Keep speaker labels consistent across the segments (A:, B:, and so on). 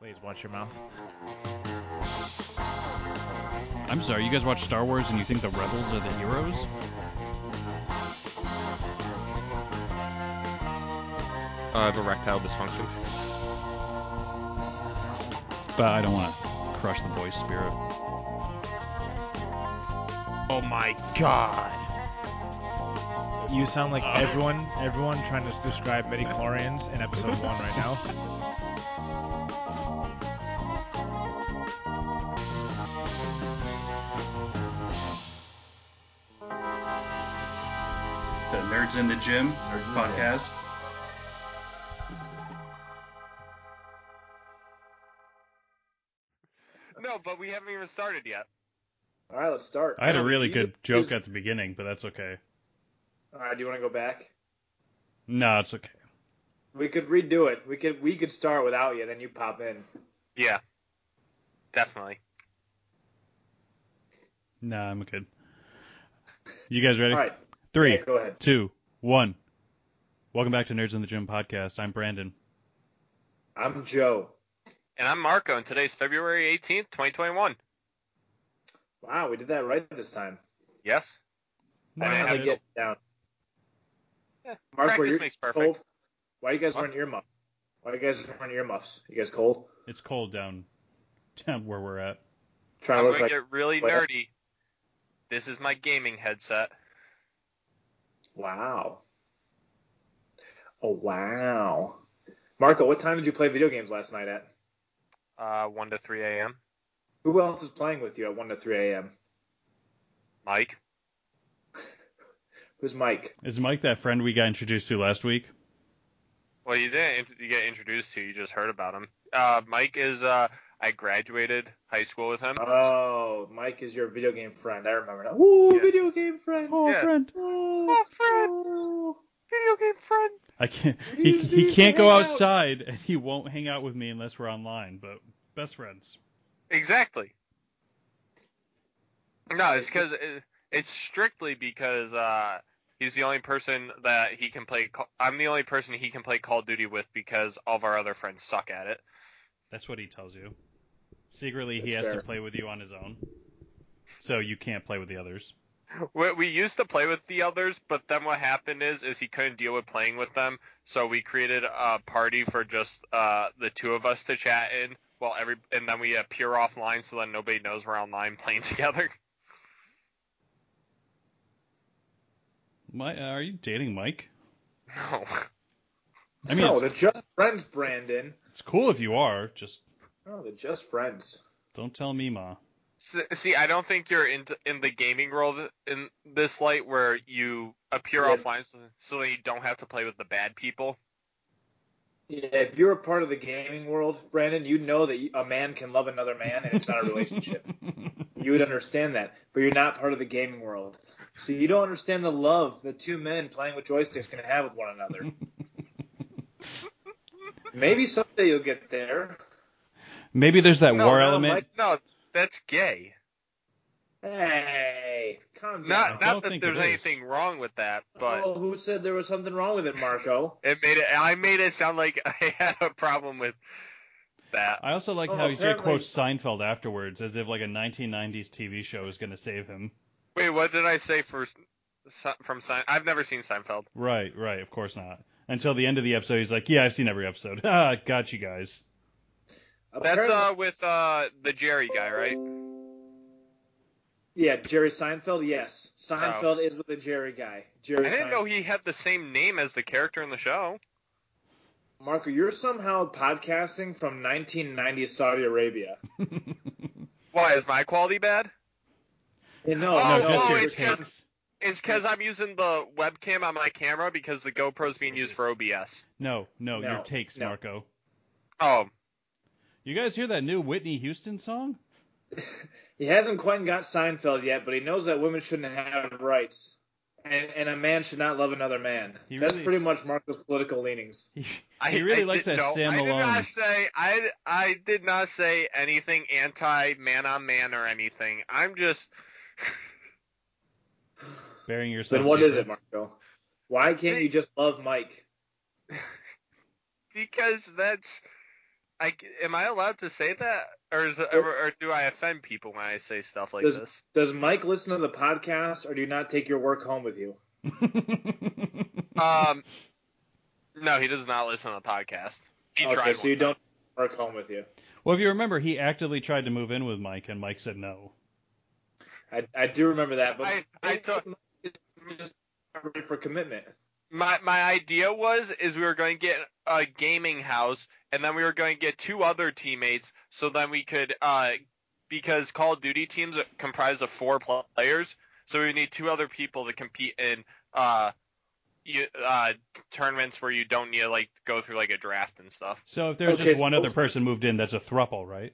A: Please watch your mouth.
B: I'm sorry, you guys watch Star Wars and you think the rebels are the heroes?
C: I uh, have erectile dysfunction.
B: But I don't want to crush the boy's spirit.
A: Oh my god. You sound
D: Oh.
A: like everyone everyone trying to describe midichlorians in episode 1 right now.
E: The Nerds in the Gym Nerds podcast.
F: No, but we haven't even started yet.
G: All right, let's start.
D: I had a really
G: You-
D: good joke at the beginning, but that's okay.
G: All right, do you want to go back?
D: No, it's okay.
G: We could redo it. We could we could start without you, then you pop in.
F: Yeah, definitely.
D: No, I'm good. You guys ready?
G: All right,
D: Three,
G: yeah, go ahead.
D: two, one. Welcome back to Nerds in the Gym podcast. I'm Brandon.
G: I'm Joe.
F: And I'm Marco, and today's February 18th, 2021.
G: Wow, we did that right this time.
F: Yes.
G: I
F: Yeah.
G: finally get it down. Mark, were
F: Practice
G: you
F: makes perfect.
G: cold? Why you guys
F: What?
G: wearing earmuffs? Why you guys wearing earmuffs? You guys cold?
D: It's cold down, down where we're at.
G: Trying
F: I'm
G: to
F: going
G: look
F: to
G: like
F: get really
G: Well-
F: nerdy. This is my gaming headset.
G: wow. Oh wow. Marco, what time did you play video games last night at?
F: Uh, 1 to 3 a.m.
G: Who else is playing with you at 1 to 3 a.m.?
F: Mike.
G: Who's Mike?
D: Is Mike that friend we got introduced to last week?
F: Well, you didn't int- you get introduced to. You just heard about him. Uh, Mike is. Uh, I graduated high school with him.
G: Oh, Mike is your video game friend. I remember now. Woo,
F: Yeah.
G: video game friend.
D: Oh,
F: Yeah.
D: friend.
G: Oh,
F: Video game friend.
D: I can't.
G: We
D: He,
G: used to
D: he can't go
G: hang out.
D: outside, and he won't hang out with me unless we're online. But best friends.
F: Exactly. No, it's because it's strictly because uh, he's the only person that he can play. Ca- I'm the only person he can play Call of Duty with because all of our other friends suck at it.
D: That's what he tells you. Secretly, he
G: That's
D: has
G: fair.
D: to play with you on his own. So you can't play with the others.
F: We, we used to play with the others, but then what happened is is he couldn't deal with playing with them, so we created a party for just uh, the two of us to chat in. While every and then we uh, peer offline, so then nobody knows we're online playing together.
D: My, uh, are you dating Mike?
F: No,
D: I mean,
G: no,
D: it's,
G: they're just friends, Brandon.
D: it's cool if you are. Just
G: No, they're just friends.
D: don't tell me, Ma.
F: S- See, I don't think you're in in the gaming world in this light where you appear
G: Yeah.
F: offline, so, so that you don't have to play with the bad people.
G: Yeah, if you're a part of the gaming world, Brandon, you know that a man can love another man and it's not a relationship. you would understand that, but you're not part of the gaming world. So you don't understand the love that two men playing with joysticks can have with one another. Maybe someday you'll get there.
D: Maybe there's that
F: No,
D: war
F: no,
D: element.
G: Mike-
F: No, that's gay.
G: Hey, calm down.
F: Not
D: I
F: not
D: don't
F: that
D: think
F: there's
D: it is.
F: anything wrong with that, but
G: oh, who said there was something wrong with it, Marco?
F: it made it. I made it sound like I had a problem with that.
D: I also like
G: Oh,
D: how he just
G: apparently-
D: quotes Seinfeld afterwards, as if like a 1990s TV show is going to save him.
F: Wait, what did I say for Se- from Sein? I've never seen Seinfeld.
D: Right, right. Of course not. Until the end of the episode, he's like, "Yeah, I've seen every episode. Ah, got you guys."
F: That's
G: Apparently-
F: uh with uh the Jerry guy, right?
G: Yeah, Jerry Seinfeld. Yes, Seinfeld is with the Jerry guy.
F: Oh. I
G: Jerry.
F: didn't know
G: Seinfeld.
F: he had the same name as the character in the show.
G: Marco, you're somehow podcasting from 1990s Saudi Arabia.
F: Why is my quality bad?
G: Yeah, no,
F: Oh,
D: no, just
F: oh,
D: your
F: it's 'cause-
D: takes.
F: It's because I'm using the webcam on my camera because the GoPro's being used for OBS.
D: No, no, your
G: No,
D: takes,
G: no.
D: Marco.
F: Oh,
D: You guys hear that new Whitney Houston song?
G: he hasn't quite got Seinfeld yet, but he knows that women shouldn't have rights, and, and a man should not love another man.
D: He
G: That's
D: really-
G: pretty much Marco's political leanings.
D: He,
F: I
D: he really
F: I
D: likes
F: did,
D: that
F: no,
D: Sam
F: I did
D: Malone.
F: not say I I did not say anything anti man on man or anything. I'm just
D: Burying yourself.
G: Then what is
D: deeper.
G: it, Marco? Why can't you just love Mike?
F: because that's I am I allowed to say that, or is it, or, or do I offend people when I say stuff like
G: Does-
F: this?
G: Does Mike listen to the podcast, or do you not take your work home with you?
F: Um, no, he does not listen to the podcast. He
G: okay,
F: tried
G: so
F: one
G: you
F: time.
G: don't work home with you.
D: well, if you remember, he actively tried to move in with Mike, and Mike said no.
G: I, I do remember that, but
F: I- I took-
G: just for commitment.
F: my my idea was is we were going to get a gaming house and then we were going to get two other teammates so then we could uh because Call of Duty teams are comprised of four pl- players so we need two other people to compete in uh you, uh tournaments where you don't need to like go through like a draft and stuff.
D: So if there's
G: Okay,
D: just one
G: so-
D: other person moved in, that's a thruple, right?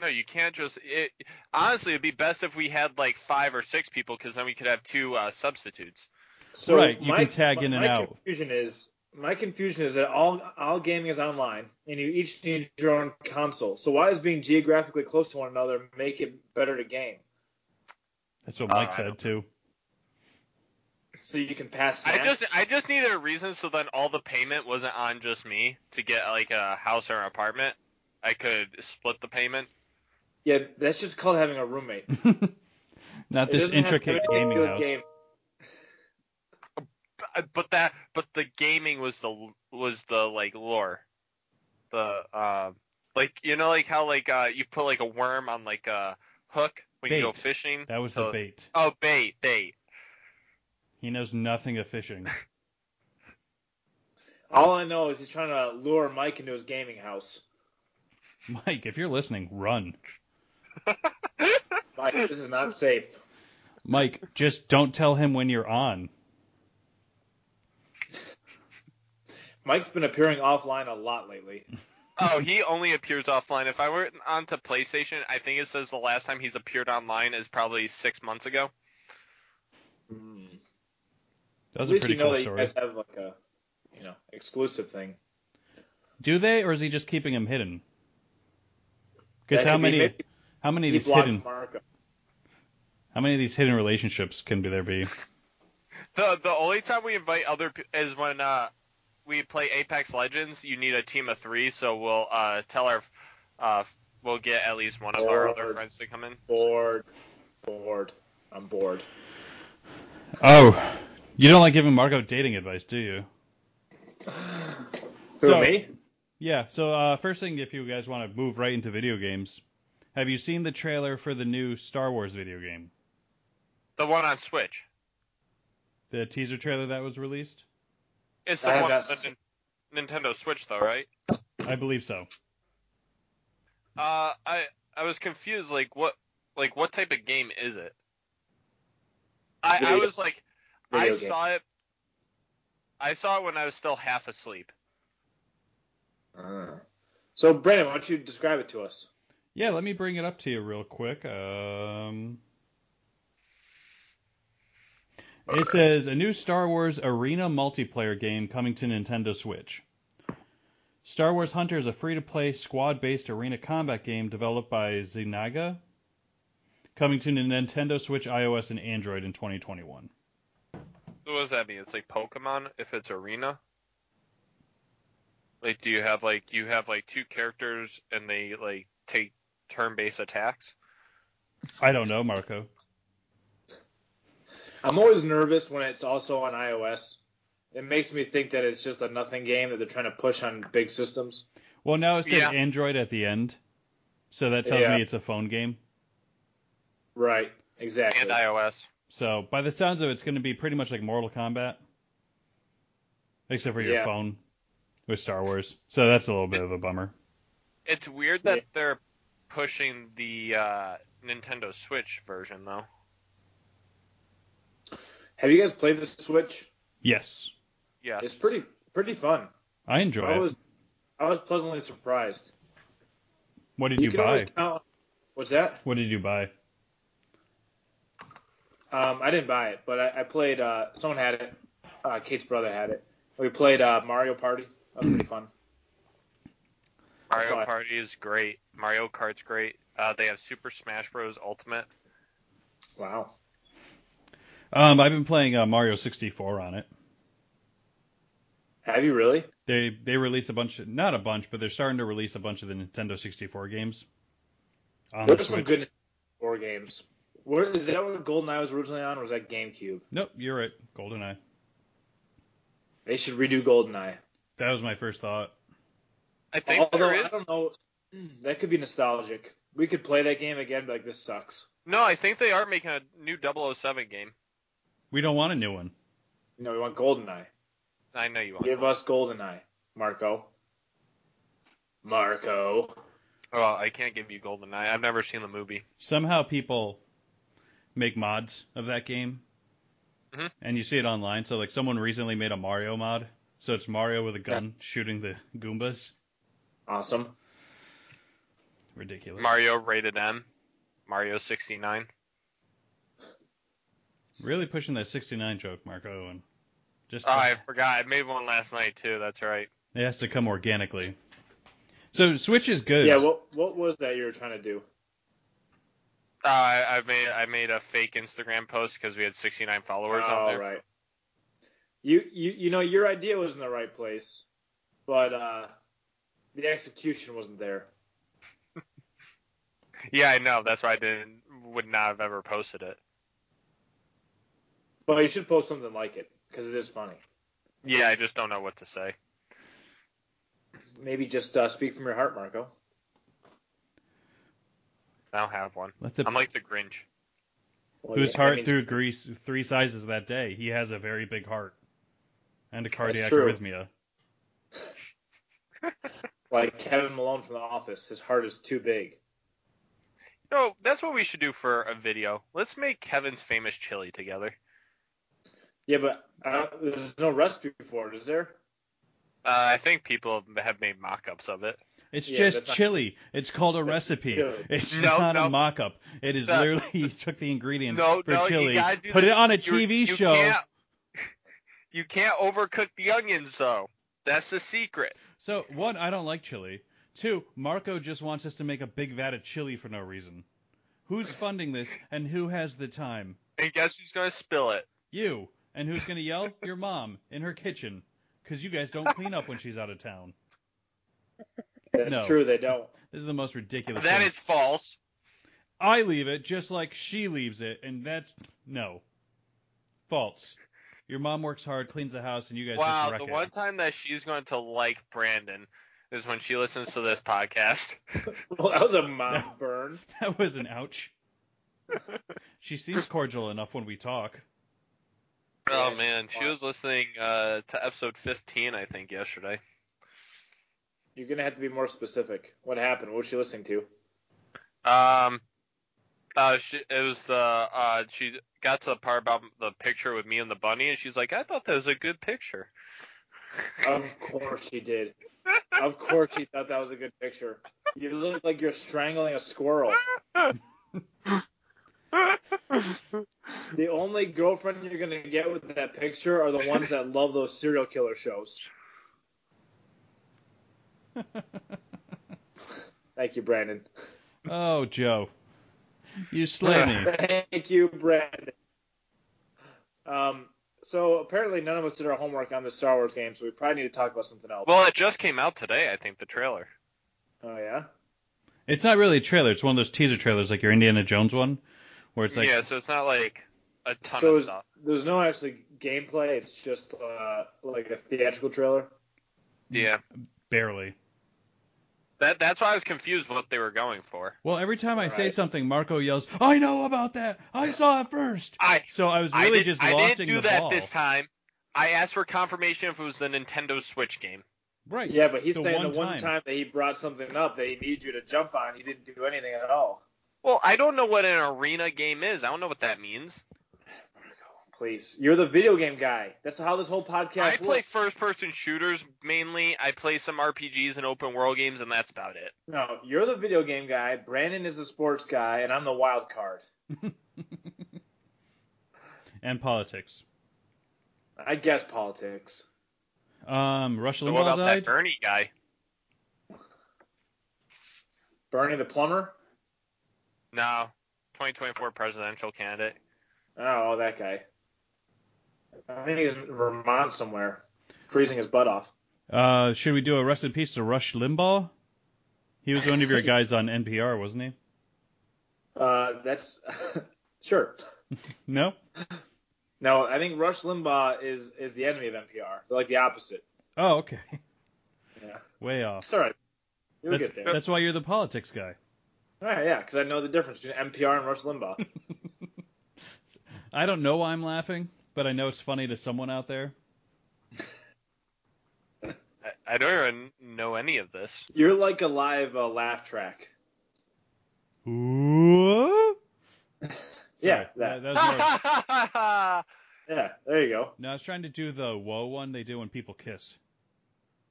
F: No, you can't just it honestly it'd be best if we had like five or six people cuz then we could have two uh substitutes.
G: So
D: Right, you can
G: my-
D: tag in and
G: my
D: out.
G: Confusion is my confusion is that all all gaming is online, and you each need your own console. So why does being geographically close to one another make it better to game?
D: That's what
F: Uh,
D: Mike
F: I
D: said
F: don't
D: too.
G: So you can pass.
F: I just
G: snacks?
F: I just needed a reason so then all the payment wasn't on just me to get like a house or an apartment. I could split the payment.
G: yeah, that's just called having a roommate.
D: Not
G: It
D: this
G: doesn't have
D: intricate
G: to be
D: gaming
G: a
D: house.
G: game.
F: But- But that but the gaming was the was the like lore. The uh, like you know like how like uh you put like a worm on like a hook when you go
D: Bait.
F: fishing.
D: That was the
F: So-
D: bait.
F: Oh bait, bait.
D: He knows nothing of fishing.
G: All I know is he's trying to lure Mike into his gaming house.
D: Mike, if you're listening, run.
G: Mike, this is not safe.
D: Mike, just don't tell him when you're on.
G: Mike's been appearing offline a lot lately.
F: Oh, he only appears offline. If I went onto PlayStation, I think it says the last time he's appeared online is probably six months ago.
D: That
G: At
D: was a
G: least
D: pretty
G: you know
D: cool
G: that
D: story.
G: you guys have like a, you know, exclusive thing.
D: Do they, or is he just keeping him hidden?
G: That
D: Because how
G: could be-
D: many,
G: maybe
D: how many of
G: He
D: these
G: blocked
D: hidden,
G: Marco.
D: how many of these hidden relationships can be there be?
F: The the only time we invite other p- is when uh we play Apex Legends. You need a team of three, so we'll uh tell our uh we'll get at least one of our other
G: Bored.
F: friends to come in.
G: Bored. Bored. I'm bored.
D: Oh, you don't like giving Marco dating advice, do you?
G: Who,
D: So-
G: me?
D: Yeah. So uh, first thing, if you guys want to move right into video games, have you seen the trailer for the new Star Wars video game?
F: The one on Switch.
D: The teaser trailer that was released?
F: It's the
G: I have
F: one on
G: not
F: the Nin- Nintendo Switch though, right?
D: I believe so.
F: Uh, I I was confused. Like what like what type of game is it? I I
G: Video-
F: was like I
G: Video game.
F: saw it. I saw it when I was still half asleep.
G: Ah. So Brandon, why don't you describe it to us?
D: Yeah, let me bring it up to you real quick. Um, it says a new Star Wars arena multiplayer game coming to Nintendo Switch. Star Wars Hunter is a free-to-play squad-based arena combat game developed by Zinaga, coming to Nintendo Switch, iOS, and Android in 2021.
F: So What does that mean? It's like Pokemon if it's arena. Like, do you have like you have like two characters and they like take turn-based attacks?
D: I don't know, Marco.
G: I'm always nervous when it's also on iOS. It makes me think that it's just a nothing game that they're trying to push on big systems.
D: Well, now it says
F: Yeah.
D: Android at the end, so that tells
G: Yeah.
D: me it's a phone game.
G: Right. Exactly.
F: And iOS.
D: So by the sounds of it, it's going to be pretty much like Mortal Kombat, except for your
G: Yeah.
D: phone with Star Wars. So that's a little bit of a bummer.
F: It's weird that
G: Yeah.
F: they're pushing the uh, Nintendo Switch version though.
G: Have you guys played the Switch?
D: Yes,
F: Yeah.
G: It's pretty pretty fun.
D: I enjoy
G: I
D: it.
G: was I was pleasantly surprised.
D: what did you,
G: can
D: buy?
G: always count- What's that?
D: What did you buy?
G: Um, I didn't buy it, but I, I played. Uh, someone had it. Uh, Kate's brother had it. We played uh, Mario Party. That was pretty fun.
F: Mario
G: fine.
F: Party is great. Mario Kart's great. Uh, they have Super Smash Bros. Ultimate.
G: Wow.
D: Um, I've been playing uh, Mario 64 on it.
G: Have you really?
D: They they release a bunch, of, not a bunch, but they're starting to release a bunch of the Nintendo 64 games on
G: What
D: the
G: are some
D: Switch.
G: good war games? Where, is that what GoldenEye was originally on, or was that GameCube?
D: Nope, you're right. GoldenEye.
G: They should redo GoldenEye.
D: That was my first thought.
F: I think
G: Although
F: there
G: I
F: is.
G: don't know, that could be nostalgic. We could play that game again, but like this sucks.
F: No, I think they are making a new 007 game.
D: We don't want a new one.
G: You know, we want GoldenEye.
F: I know you want.
G: Give
F: some.
G: us GoldenEye, Marco. Marco.
F: Well, I can't give you Golden Eye. I've never seen the movie.
D: Somehow people make mods of that game,
F: Mhm.
D: and you see it online. So like someone recently made a Mario mod, so it's Mario with a gun shooting the Goombas.
G: Awesome.
D: Ridiculous.
F: Mario rated M. Mario 69.
D: Really pushing that 69 joke, Marco, and just
F: Oh, I forgot. I made one last night too. That's right.
D: it has to come organically. So Switch is good.
G: Yeah, what what was that you were trying to do?
F: Uh, I, I made I made a fake Instagram post because we had 69 followers on
G: All
F: there.
G: Oh, right. You you you know your idea was in the right place, but uh, the execution wasn't there.
F: Yeah, I know. That's why I didn't would not have ever posted it.
G: But you should post something like it because it is funny.
F: Yeah, I just don't know what to say.
G: Maybe just uh, speak from your heart, Marco.
F: I don't have one.
D: Let the
F: I'm like the Grinch.
G: Well,
D: whose
G: yeah, that
D: heart
G: means-
D: through Greece three sizes that day. He has a very big heart and a cardiac
G: true.
D: arrhythmia.
G: like Kevin Malone from The Office. His heart is too big.
F: No, that's what we should do for a video. Let's make Kevin's famous chili together.
G: Yeah, but uh, there's no recipe for it, is there?
F: Uh, I think people have made mock-ups of it.
D: It's
G: Yeah,
D: just
G: that's not-
D: chili. It's called a recipe.
G: chili.
D: It's
F: No,
D: not
F: no.
D: a mock-up. It is
F: No.
D: literally he took the ingredients
F: No,
D: for
F: no, you
D: chili,
F: gotta do
D: put
F: this-
D: it on a
F: you-
D: TV
F: you
D: show.
F: Can't, you can't overcook the onions though. That's the secret.
D: So one, I don't like chili. Two, Marco just wants us to make a big vat of chili for no reason. Who's funding this and who has the time?
F: And guess who's gonna spill it?
D: You. And who's gonna yell? Your mom in her kitchen. Because you guys don't clean up when she's out of town.
G: That's
D: No.
G: true. They don't.
D: This is the most ridiculous.
F: That
D: thing.
F: is false.
D: I leave it just like she leaves it, and that's no. False. Your mom works hard, cleans the house, and you guys
F: Wow,
D: just wreck
F: the
D: it.
F: one time that she's going to like Brandon is when she listens to this podcast.
G: Well, that was a mom burn.
D: That was an ouch. she seems cordial enough when we talk.
F: Oh man, she was listening uh, to episode 15, I think, yesterday.
G: You're gonna have to be more specific. What happened? What was she listening to?
F: Um, uh, she, it was the uh, she got to the part about the picture with me and the bunny, and she's like, I thought that was a good picture.
G: Of course she did. Of course she thought that was a good picture. You look like you're strangling a squirrel. The only girlfriend you're gonna get with that picture are the ones that love those serial killer shows. Thank you, Brandon.
D: Oh, Joe. You slay me.
G: Thank you, Brandon. Um, so apparently none of us did our homework on the Star Wars game, so we probably need to talk about something else.
F: Well, it just came out today, I think, the trailer.
G: oh yeah.
D: It's not really a trailer. It's one of those teaser trailers, like your Indiana Jones one, where it's like
F: yeah, so it's not like a ton
G: So
F: of
G: is-
F: stuff.
G: there's no actually gameplay. It's just uh, like a theatrical trailer.
F: Yeah,
D: barely.
F: that that's why I was confused what they were going for.
D: Well, every time I say
G: Right.
D: something, Marco yells, "I know about that. I saw it first.
F: I
D: So I was
F: I,
D: really
F: did,
D: just
F: I
D: lofting
F: didn't do
D: the
F: that
D: ball.
F: this time. I asked for confirmation if it was the Nintendo Switch game.
D: Right.
G: Yeah, but he's
D: The
G: saying
D: one
G: the one
D: time.
G: time. that he brought something up that he needed you to jump on, he didn't do anything at all.
F: Well, I don't know what an arena game is. I don't know what that means.
G: Please, you're the video game guy. That's how this whole podcast.
F: I play
G: works.
F: first-person shooters mainly. I play some RPGs and open-world games, and that's about it.
G: No, you're the video game guy. Brandon is the sports guy, and I'm the wild card.
D: And politics.
G: I guess politics.
D: Um, Rush
F: So what
D: Limbaugh
F: about that
D: died.
F: Bernie guy?
G: Bernie the plumber.
F: No, 2024 presidential candidate.
G: Oh, that guy. I think he's in Vermont somewhere. freezing his butt off.
D: Uh, should we do a rest in peace to Rush Limbaugh? He was one of your guys on NPR, wasn't he?
G: Uh, that's sure.
D: No.
G: No, I think Rush Limbaugh is is the enemy of NPR. They're like the opposite.
D: Oh, okay.
G: Yeah.
D: Way off.
G: It's all right. You'll
D: That's,
G: get there.
D: that's why you're the politics guy.
G: All right, Oh, yeah, because I know the difference between NPR and Rush Limbaugh.
D: I don't know why I'm laughing, but I know it's funny to someone out there.
F: I, I don't even know any of this.
G: You're like a live uh, laugh track.
D: Ooh.
G: Yeah, that.
D: that, that was more-
G: Yeah, there you go.
D: no, I was trying to do the whoa one they do when people kiss.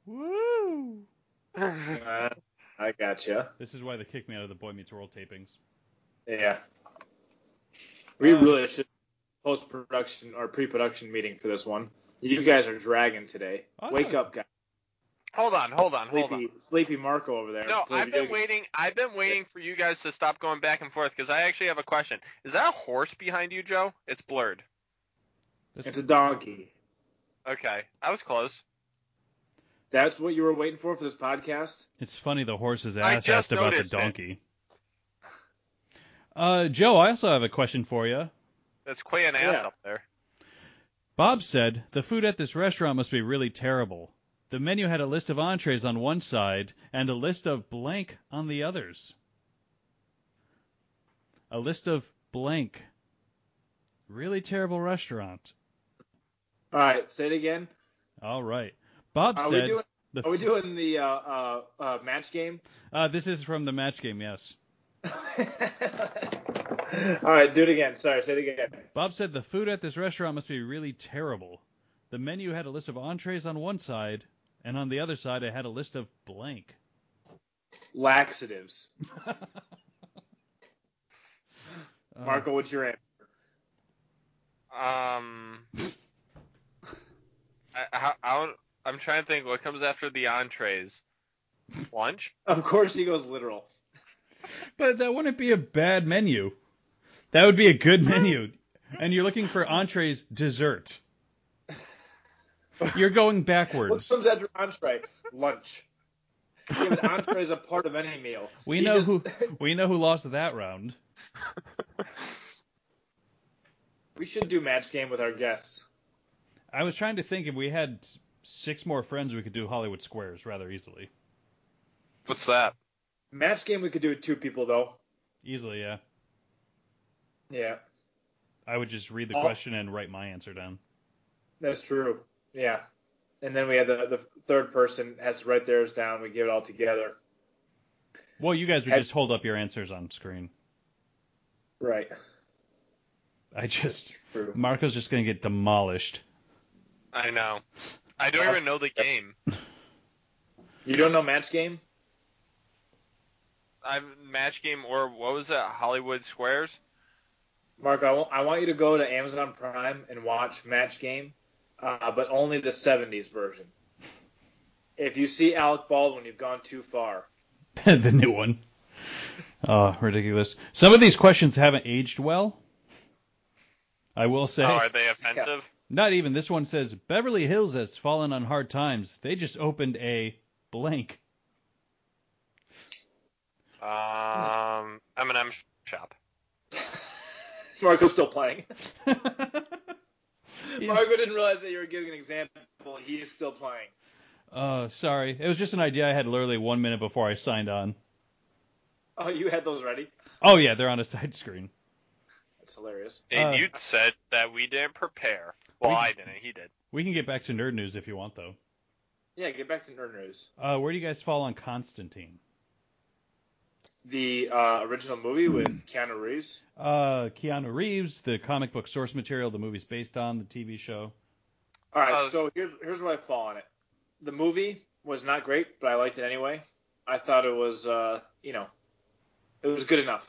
D: Woo!
G: Uh, I gotcha.
D: This is why they kicked me out of the Boy Meets World tapings.
G: Yeah. We
D: Uh,
G: really should post production or pre production meeting for this one. You guys are dragging today.
D: I
G: Wake
D: thought-
G: up, guys.
F: hold on, hold on, Oh. hold on.
G: Sleepy, sleepy Marco over there.
F: No,
G: Play
F: I've
G: video
F: been
G: games.
F: waiting. I've been waiting for you guys to stop going back and forth because I actually have a question. Is that a horse behind you, Joe? It's blurred.
G: It's a donkey.
F: Okay, I was close.
G: That's what you were waiting for for this podcast.
D: It's funny the horse's
F: I
D: ass
F: just
D: asked about the
F: noticed it.
D: donkey. Uh, Joe, I also have a question for you.
F: That's Quay and ass
G: Yeah.
F: up there.
D: Bob said, The food at this restaurant must be really terrible. The menu had a list of entrees on one side and a list of blank on the others. A list of blank. Really terrible restaurant.
G: All right, say it again.
D: All right. Bob
G: Are we
D: said,
G: doing-
D: the
G: Are we
D: f-
G: doing the uh, uh, uh, match game?
D: uh, This is from the match game, yes.
G: All right, do it again. Sorry, say it again.
D: Bob said the food at this restaurant must be really terrible. The menu had a list of entrees on one side, and on the other side it had a list of blank.
G: Laxatives.
D: Uh,
G: Marco, what's your answer?
F: Um, I, I, I, I'm trying to think. What comes after the entrees? Lunch?
G: Of course, he goes literal.
D: But that wouldn't be a bad menu. That would be a good menu. And you're looking for entrees, dessert. You're going
G: What
D: backwards.
G: comes after entree? Lunch. Yeah, but entree is a part of any meal.
D: We
G: You
D: know
G: just-
D: who we know who lost that round.
G: We should do match game with our guests.
D: I was trying to think if we had six more friends we could do Hollywood Squares rather easily.
F: What's that?
G: Match game we could do with two people though.
D: Easily, yeah.
G: Yeah,
D: I would just read the
G: Oh.
D: question and write my answer down.
G: that's true. Yeah, and then we have the the third person has to write theirs down. We give it all together.
D: Well, you guys would
G: Have-
D: just hold up your answers on screen.
G: Right.
D: I just
G: True.
D: Marco's just gonna get demolished.
F: I know. I don't even know the game.
G: You don't know match game?
F: I've match game or what was it? Hollywood Squares.
G: Mark, I want, I want you to go to Amazon Prime and watch Match Game, uh, but only the 70s version. If you see Alec Baldwin, you've gone too far.
D: the new one. Oh, ridiculous. Some of these questions haven't aged well. I will say.
F: Oh, are they offensive?
D: Not even this one says Beverly Hills has fallen on hard times. They just opened a blank.
F: Um, M&M shop.
G: Marco's still playing.
D: He's-
G: Marco didn't realize that you were giving an example. He is still playing.
D: Oh, sorry. It was just an idea I had literally one minute before I signed on.
G: Oh, you had those ready?
D: Oh yeah, they're on a side screen.
G: That's hilarious.
F: And
D: Uh,
F: you said that we didn't prepare. Well,
D: We-
F: I didn't. He did.
D: We can get back to nerd news if you want though.
G: Yeah, get back to nerd news.
D: Uh, where do you guys fall on Constantine?
G: The uh, original movie with Keanu Reeves.
D: Uh, Keanu Reeves, the comic book source material the movie's based on, the TV show.
G: All right,
F: Uh,
G: so here's here's where I fall on it. The movie was not great, but I liked it anyway. I thought it was, uh, you know, it was good enough.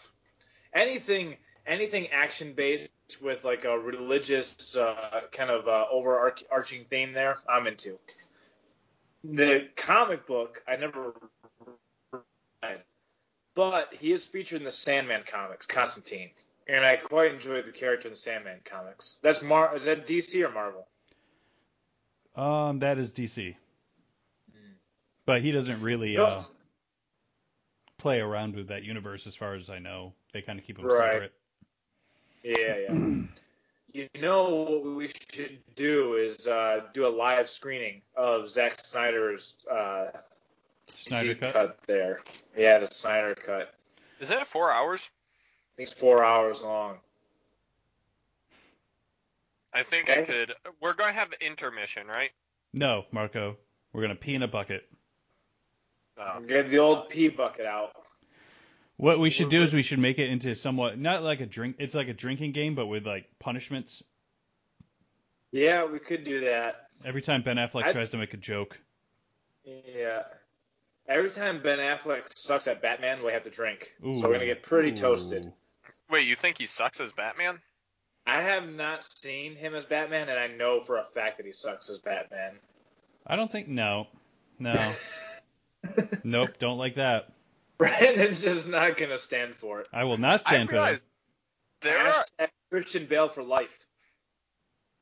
G: Anything anything action based with like a religious uh, kind of uh, overarching theme there, I'm into. The comic book I never read, but he is featured in the Sandman comics, Constantine, and I quite enjoyed the character in the Sandman comics. That's Mar. Is that DC or Marvel?
D: Um, that is DC. But he doesn't really
G: Don't-
D: uh, play around with that universe, as far as I know. They kind of keep him
G: Right.
D: separate.
G: Yeah, yeah. you know what we should do is uh, do a live screening of Zack Snyder's uh,
D: Snyder
G: deep
D: cut.
G: there. Yeah, the Snyder cut.
F: Is that four hours?
G: I think it's four hours long.
F: I think I
G: Okay.
F: could. We're gonna have intermission, right?
D: No, Marco, we're gonna pee in a bucket. Oh.
F: No.
G: Get the old pee bucket out.
D: What we should do is we should make it into somewhat not like a drink. It's like a drinking game, but with like punishments.
G: Yeah, we could do that.
D: Every time Ben Affleck
G: I-
D: tries to make a joke,
G: Yeah. Every time Ben Affleck sucks at Batman, we have to drink.
D: Ooh.
G: so we're gonna get pretty
D: Ooh.
G: toasted.
F: Wait, you think he sucks as Batman?
G: I have not seen him as Batman, and I know for a fact that he sucks as Batman.
D: I don't think no, no, nope, don't like that.
G: Brandon's just not gonna stand for it.
D: I will not
F: I
D: stand for that.
F: realize there are
G: Hashtag Christian Bale for life.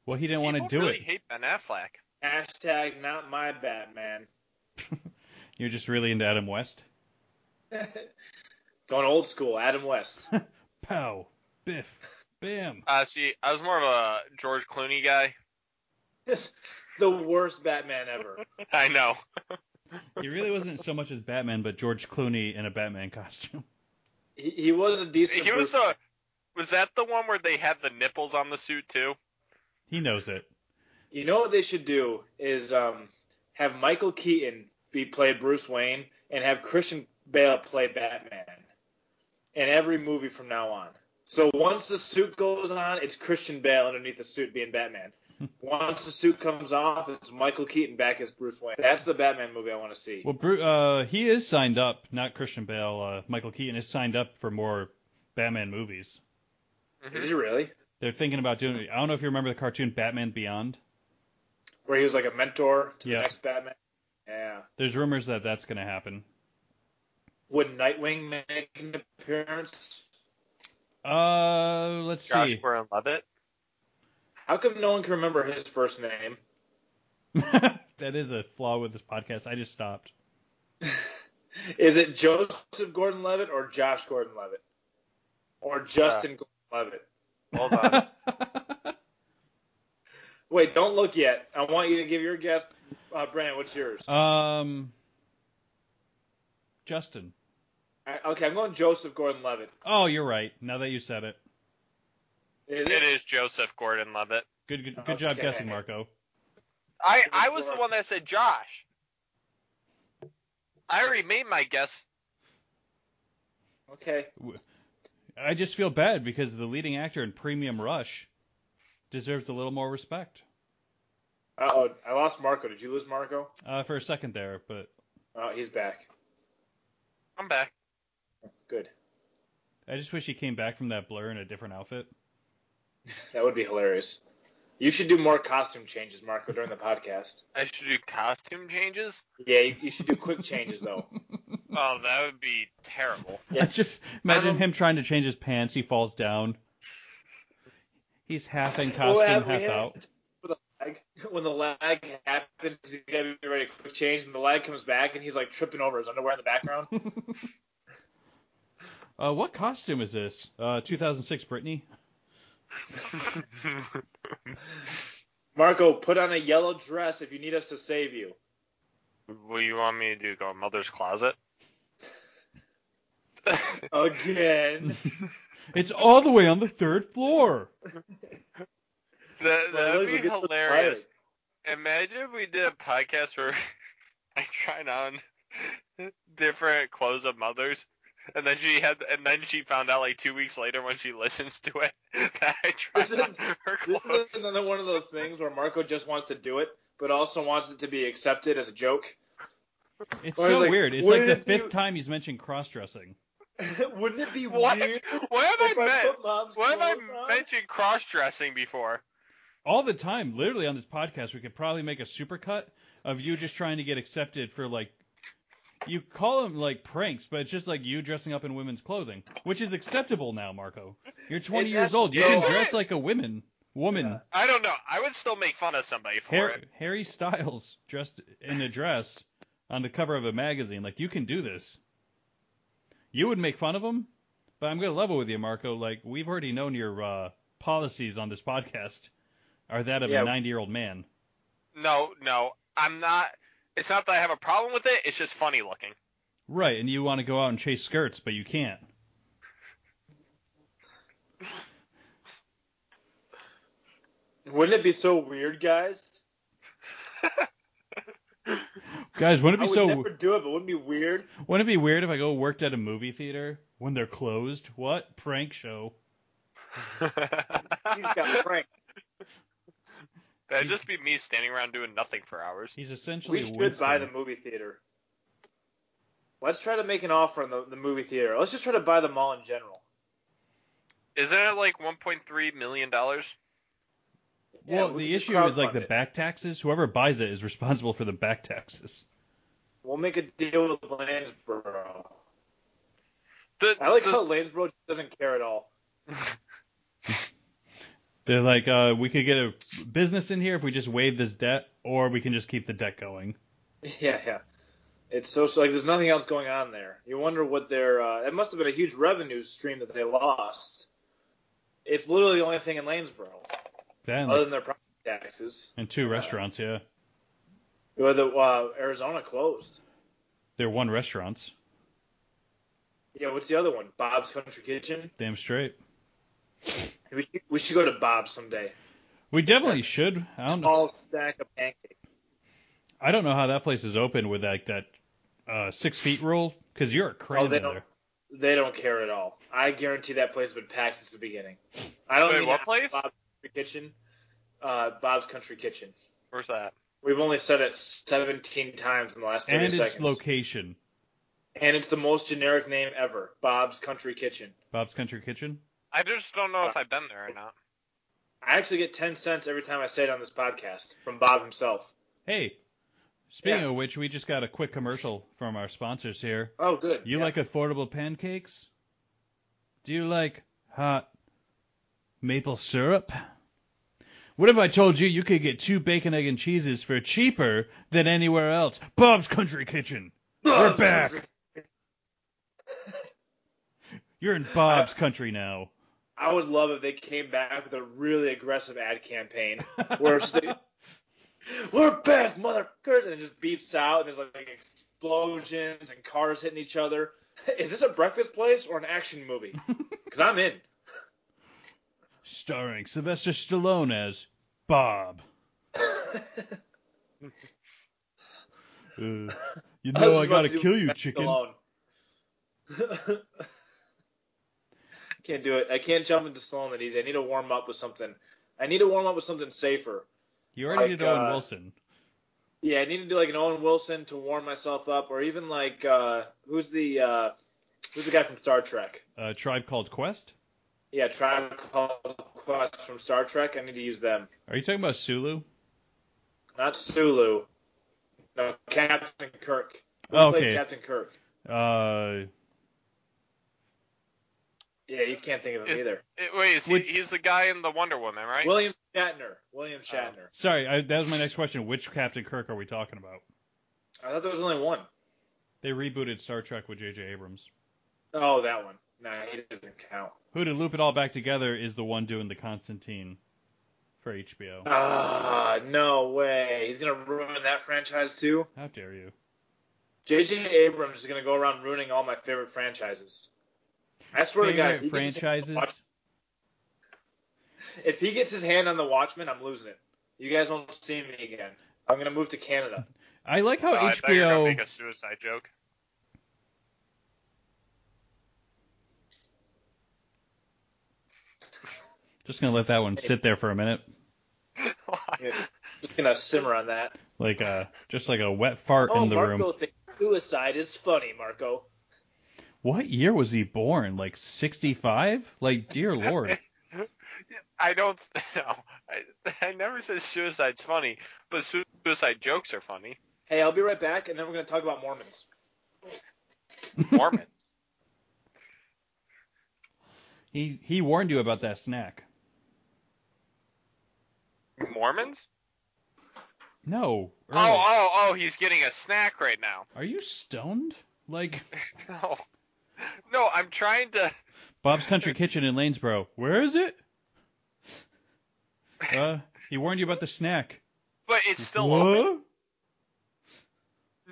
D: Well, he didn't want to
F: people
D: do
F: really
D: it.
F: hate Ben Affleck.
G: Hashtag not my Batman.
D: You're just really into Adam West.
G: Going old school, Adam West.
D: Pow, biff, bam.
F: Uh, see, I was more of a George Clooney guy.
G: the worst Batman ever.
F: I know.
D: He really wasn't so much as Batman, but George Clooney in a Batman costume.
G: He, he was a decent.
F: He was
G: Bruce-
F: the. Was that the one where they had the nipples on the suit too?
D: He knows it.
G: You know what they should do is um, have Michael Keaton be play Bruce Wayne and have Christian Bale play Batman in every movie from now on. So once the suit goes on, it's Christian Bale underneath the suit being Batman. Once the suit comes off, it's Michael Keaton back as Bruce Wayne. That's the Batman movie I want to see.
D: Well, Bru- uh, he is signed up. Not Christian Bale. Uh, Michael Keaton is signed up for more Batman movies.
G: Is he really?
D: They're thinking about doing. I don't know if you remember the cartoon Batman Beyond.
G: Where he was like a mentor to
D: Yeah.
G: the next Batman? Yeah.
D: There's rumors that that's going to happen.
G: Would Nightwing make an appearance?
D: Uh, let's
F: Josh
D: see.
F: Brolin Levitt.
G: How come no one can remember his first name?
D: that is a flaw with this podcast. I just stopped.
G: Is it Joseph Gordon-Levitt or Josh Gordon-Levitt or Justin Gordon-Levitt?
F: Hold on.
G: Wait, don't look yet. I want you to give your guess. Uh, Brandon, what's yours?
D: um, Justin.
G: I, okay, I'm going Joseph Gordon-Levitt.
D: Oh, you're right. Now that you said it,
G: Is
F: it
G: it?
F: is Joseph Gordon Levitt.
D: good good, good job
G: Okay.
D: guessing, Marco.
F: I I was the one that said Josh. I already made my guess.
G: Okay.
D: I just feel bad because the leading actor in Premium Rush deserves a little more respect.
G: Uh-oh, I lost Marco. Did you lose Marco?
D: Uh, for a second there, but
G: Oh, he's back.
F: I'm back.
G: Good.
D: I just wish he came back from that blur in a different outfit.
G: That would be hilarious. You should do more costume changes, Marco, during the podcast.
F: I should do costume changes.
G: Yeah, you, you should do quick changes though.
F: Oh, that would be terrible.
G: Yeah.
D: I just imagine
G: Um,
D: him trying to change his pants. He falls down. He's half in
G: Well,
D: costume,
G: that-
D: half
G: we had-
D: out.
G: Like, When the lag happens, he's gotta be ready to quick change, and the lag comes back, and he's like tripping over his underwear in the background.
D: Uh, what costume is this? Uh, 2006 Britney?
G: Marco, put on a yellow dress if you need us to save you.
F: What do you want me to do? Go mother's closet?
G: Again.
D: It's all the way on the third floor.
F: That
G: Well,
F: that'd
G: those will
F: be
G: get the
F: hilarious.
G: flag.
F: Imagine if we did a podcast where I tried on different clothes of mothers, and then she had, and then she found out like two weeks later when she listens to it that I tried
G: This is-
F: on her clothes.
G: This is another one of those things where Marco just wants to do it, but also wants it to be accepted as a joke.
D: It's
G: Or he's
D: so
G: like,
D: weird. It's
G: "What
D: like the
G: did you-
D: fifth time he's mentioned cross dressing.
G: Wouldn't it be
F: What?
G: weird?
F: What have
G: if
F: I meant?
G: put mom's
F: What have
G: clothes
F: I
G: on?
F: mentioned cross-dressing before?
D: All the time, literally on this podcast, we could probably make a supercut of you just trying to get accepted for like. You call them like pranks, but it's just like you dressing up in women's clothing, which is acceptable now, Marco. You're 20
G: It's
D: years old. You
G: acceptable.
D: can
F: Is
D: dress
F: it?
D: like a woman. woman.
F: I don't know. I would still make fun of somebody for
D: Har-
F: it.
D: Harry Styles dressed in a dress on the cover of a magazine. Like you can do this. You would make fun of him, but I'm gonna level with you, Marco. Like we've already known your uh, policies on this podcast are that of
G: Yeah.
D: a 90 year old man.
F: No, no, I'm not. It's not that I have a problem with it. It's just funny looking.
D: Right, and you want to go out and chase skirts, but you can't.
G: Wouldn't it be so weird, guys?
D: Guys, wouldn't
G: I
D: it
G: would
D: be so?
G: never do it, but wouldn't it be weird?
D: Wouldn't it be weird if I go worked at a movie theater when they're closed? What prank show?
G: You just got pranked.
F: That'd just be me standing around doing nothing for hours.
D: He's essentially
G: We should
D: Winston.
G: buy the movie theater. Let's try to make an offer on the, the movie theater. Let's just try to buy the mall in general.
F: Isn't it like 1.3 million dollars?
G: Yeah,
D: Well,
G: we could
D: the
G: just
D: issue is like
G: crowdfund
D: the
G: it.
D: back taxes. Whoever buys it is responsible for the back taxes.
G: We'll make a deal with Lanesboro.
F: The,
G: I like
F: the-
G: how Lanesboro doesn't care at all.
D: They're like, uh, we could get a business in here if we just waive this debt, or we can just keep the debt going.
G: Yeah, yeah. It's so so- like there's nothing else going on there. You wonder what their uh, it must have been a huge revenue stream that they lost. It's literally the only thing in Lanesboro,
D: That and,
G: other
D: like,
G: than their property taxes.
D: and two restaurants, yeah.
G: Well, the uh, Arizona closed.
D: They're one restaurants.
G: Yeah, what's the other one? Bob's Country Kitchen.
D: Damn straight.
G: We should, we should go to Bob's someday.
D: We definitely should. I don't,
G: Small stack of pancakes.
D: I don't know how that place is open with like that uh, six feet rule, because you're a crazy
G: Oh, they don't.
D: there.
G: They don't care at all. I guarantee that place has been packed since the beginning. I don't
F: Wait,
G: mean
F: what
G: that
F: place?
G: Bob's Country Kitchen. Uh, Bob's Country Kitchen.
F: Where's that?
G: We've only said it 17 times in the last 30
D: And
G: seconds.
D: its location,
G: and it's the most generic name ever. Bob's Country Kitchen.
D: Bob's Country Kitchen.
F: I just don't know if I've been there or not.
G: I actually get 10 cents every time I say it on this podcast from Bob himself.
D: Hey, speaking
G: Yeah.
D: of which, we just got a quick commercial from our sponsors here.
G: Oh, good.
D: You
G: Yeah.
D: like affordable pancakes? Do you like hot maple syrup? What if I told you you could get two bacon, egg, and cheeses for cheaper than anywhere else? Bob's Country Kitchen. We're
G: Bob's
D: back.
G: Country-
D: You're in Bob's country now.
G: I would love if they came back with a really aggressive ad campaign where it's just like, we're back, motherfuckers, and it just beeps out, and there's like, explosions and cars hitting each other. Is this a breakfast place or an action movie? Because I'm in.
D: Starring Sylvester Stallone as Bob. Uh,
G: was
D: you know
G: just
D: I
G: about
D: gotta
G: to do
D: kill you,
G: Max
D: chicken.
G: Stallone. can't do it. I can't jump into Stallone that easy. I need to warm up with something. I need to warm up with something safer.
D: You already
G: Like,
D: did Owen
G: uh,
D: Wilson.
G: Yeah, I need to do like an Owen Wilson to warm myself up, or even like uh, who's the uh, who's the guy from Star Trek?
D: A uh, Tribe Called Quest?
G: Yeah, Tribe Called Quest from Star Trek. I need to use them.
D: Are you talking about Sulu?
G: Not Sulu. No, Captain Kirk. Who
D: Oh,
G: played
D: okay.
G: Captain Kirk.
D: Uh,
G: Yeah, you can't think of him
F: Is-
G: either.
F: It- wait, is he,
D: Would-
F: he's the guy in the Wonder Woman, right?
G: William Shatner. William Shatner.
D: sorry, I, that was my next question. Which Captain Kirk are we talking about?
G: I thought there was only one.
D: They rebooted Star Trek with J.J. Abrams.
G: Oh, that one. Nah, he doesn't count.
D: Who to loop it all back together is the one doing the Constantine for HBO.
G: Ah, no way. He's gonna ruin that franchise too.
D: How dare you?
G: J.J. Abrams is gonna go around ruining all my favorite franchises. I swear
D: Favorite
G: to God, if he gets his hand on the Watch- if
D: franchises?
G: he gets his hand on the Watchmen, I'm losing it. You guys won't see me again. I'm gonna move to Canada.
D: I like how
F: Uh, I thought you were gonna
D: HBO.
F: make a suicide joke.
D: Just gonna let that one sit there for a minute,
G: Just gonna uh, simmer on that.
D: like uh, just like a wet fart
G: oh,
D: in the
G: Marco
D: room.
G: thinks suicide is funny, Marco.
D: What year was he born? Like 65? Like dear lord.
F: I don't know. I, I never said suicide's funny, but su- suicide jokes are funny.
G: Hey, I'll be right back, and then we're gonna talk about Mormons.
F: Mormons.
D: He he warned you about that snack.
F: Mormons?
D: No. Early.
F: Oh, oh, oh, he's getting a snack right now.
D: Are you stoned? Like
F: No. No, I'm trying to
D: Bob's Country Kitchen in Lanesboro. Where is it? Uh, he warned you about the snack.
F: but it's still open.
D: What?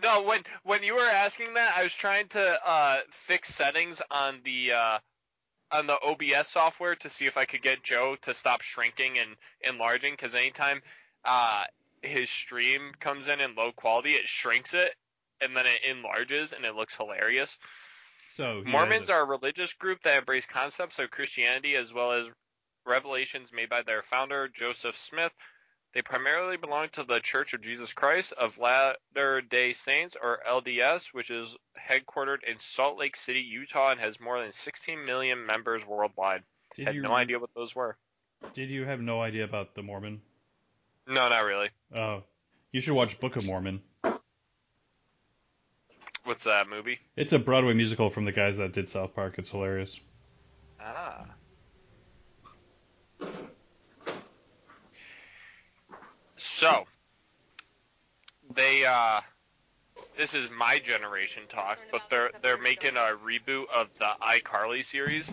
F: No, when when you were asking that, I was trying to uh, fix settings on the uh, on the OBS software to see if I could get Joe to stop shrinking and enlarging. Because anytime uh, his stream comes in in low quality, it shrinks it and then it enlarges and it looks hilarious.
D: So he
F: Mormons
D: has
F: are a religious group that embrace concepts of Christianity as well as revelations made by their founder, Joseph Smith. They primarily belong to the Church of Jesus Christ of Latter day Saints, or LDS, which is headquartered in Salt Lake City, Utah, and has more than 16 million members worldwide.
D: a- did
F: Had
D: you,
F: no idea what those were.
D: Did you have no idea about the Mormon?
F: No, not really.
D: Oh, you should watch Book of Mormon.
F: What's that movie?
D: It's a Broadway musical from the guys that did South Park. It's hilarious.
F: Ah. So they uh this is my generation talk, but they're they're making a reboot of the iCarly series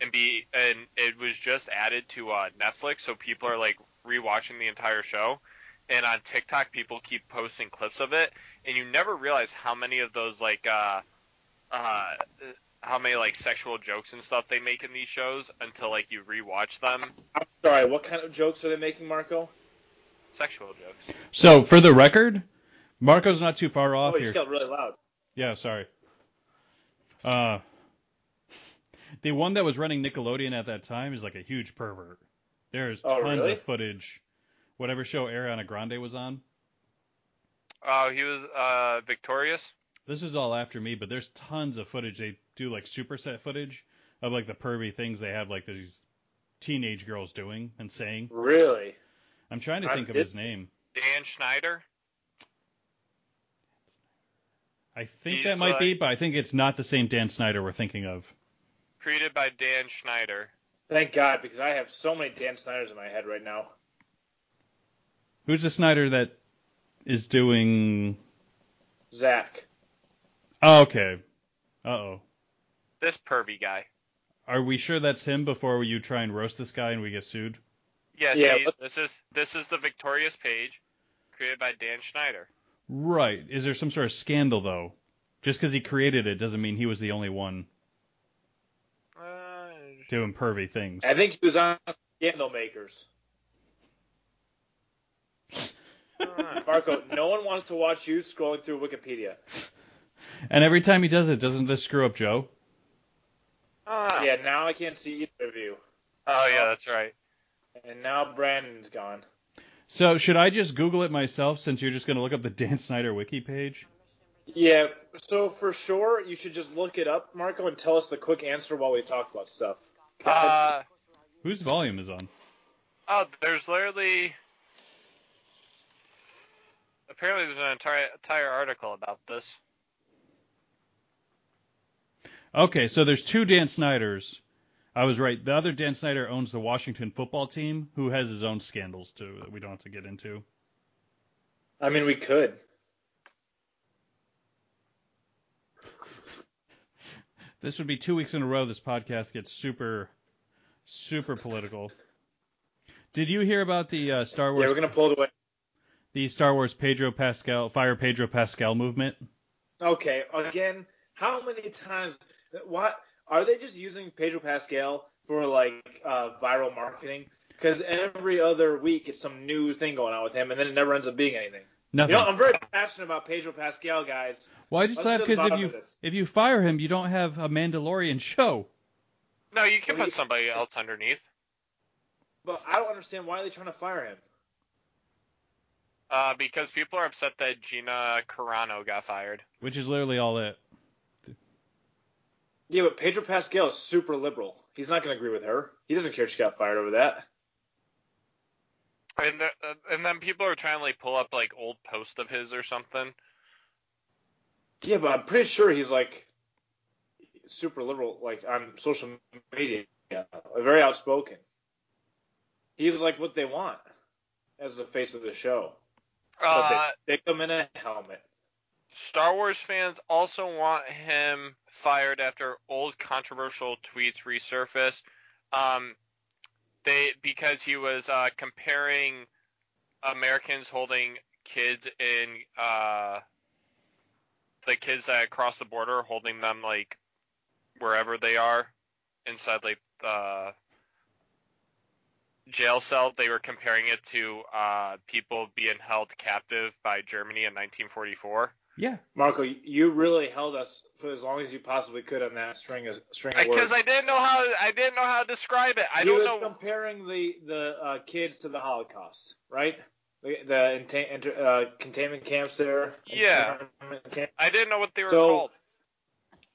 F: and be and it was just added to uh Netflix, so people are like rewatching the entire show. And on TikTok people keep posting clips of it and you never realize how many of those like uh uh how many like sexual jokes and stuff they make in these shows until like you rewatch them.
G: I'm sorry, what kind of jokes are they making, Marco?
F: Sexual jokes.
D: So for the record, Marco's not too far off
G: oh, you
D: here.
G: just got really loud.
D: Yeah, sorry. Uh, the one that was running Nickelodeon at that time is like a huge pervert. There's
G: Oh,
D: tons
G: really?
D: of footage. Whatever show Ariana Grande was on.
F: Oh, he was uh victorious.
D: This is all after me, but there's tons of footage. They do like superset footage of like the pervy things they have like these teenage girls doing and saying.
G: Really?
D: I'm trying to
F: I
D: think of
G: did-
D: his name.
F: Dan Schneider.
D: I think
F: He's
D: that might
F: like-
D: be, but I think it's not the same Dan Snyder we're thinking of.
F: Created by Dan Schneider.
G: Thank God, because I have so many Dan Snyders in my head right now.
D: Who's the Snyder that is doing?
G: Zach.
D: Oh, okay. Uh oh.
F: This pervy guy.
D: Are we sure that's him before you try and roast this guy and we get sued?
F: Yes,
G: Yeah,
F: he's,
G: what-
F: this is this is the victorious page created by Dan Schneider.
D: Right. Is there some sort of scandal though? Just because he created it doesn't mean he was the only one
F: Uh,
D: doing pervy things.
G: I think he was on Scandal Makers.
F: uh,
G: Marco, no one wants to watch you scrolling through Wikipedia.
D: And every time he does it, doesn't this screw up Joe?
F: ah.
G: Yeah, now I can't see either of you.
F: Oh yeah, that's right.
G: And now Brandon's gone.
D: So should I just Google it myself since you're just gonna look up the Dan Snyder wiki page?
G: Yeah, so for sure, you should just look it up, Marco, and tell us the quick answer while we talk about stuff.
F: Uh,
D: Whose volume is on?
F: oh, there's literally apparently there's an entire entire article about this.
D: Okay, so there's two Dan Snyders. I was right. The other Dan Snyder owns the Washington football team, who has his own scandals too that we don't have to get into.
G: I mean, we could.
D: This would be two weeks in a row this podcast gets super, super political. Did you hear about the uh, Star
G: Yeah,
D: Wars
G: we're gonna pull it away.
D: the Star Wars Pedro Pascal fire Pedro Pascal movement?
G: Okay, again, how many times? What are they just using Pedro Pascal for like uh, viral marketing? Because every other week it's some new thing going on with him, and then it never ends up being anything. You
D: Nothing.
G: know, I'm very passionate about Pedro Pascal, guys.
D: Why just
G: Let's
D: laugh
G: get to the
D: because if
G: bottom
D: you
G: of this.
D: if you fire him, you don't have a Mandalorian show.
F: No, you can
G: Well,
F: put
G: you-
F: somebody else underneath.
G: But I don't understand why are they trying to fire him.
F: Uh, because people are upset that Gina Carano got fired.
D: Which is literally all it.
G: Yeah, but Pedro Pascal is super liberal. He's not gonna agree with her. He doesn't care if she got fired over that.
F: And the, uh, and then people are trying to like pull up like old posts of his or something.
G: Yeah, but I'm pretty sure he's like super liberal, like on social media, very outspoken. He's like what they want. as the face of the show. But
F: Uh,
G: they stick him in a helmet.
F: Star Wars fans also want him fired after old controversial tweets resurface. Um, they because he was uh, comparing Americans holding kids in uh, the kids that cross the border, holding them like wherever they are inside like uh, jail cell. They were comparing it to uh, people being held captive by Germany in 1944.
D: Yeah.
G: Marco, you really held us for as long as you possibly could on that string of string of words.
F: because I didn't know how I didn't know how to describe it. I
G: he
F: don't
G: was
F: know.
G: comparing the the uh, kids to the Holocaust, right? The, the inta- inter, uh, containment camps there.
F: Yeah.
G: Internment camp-
F: I didn't know what they were
G: So-
F: called.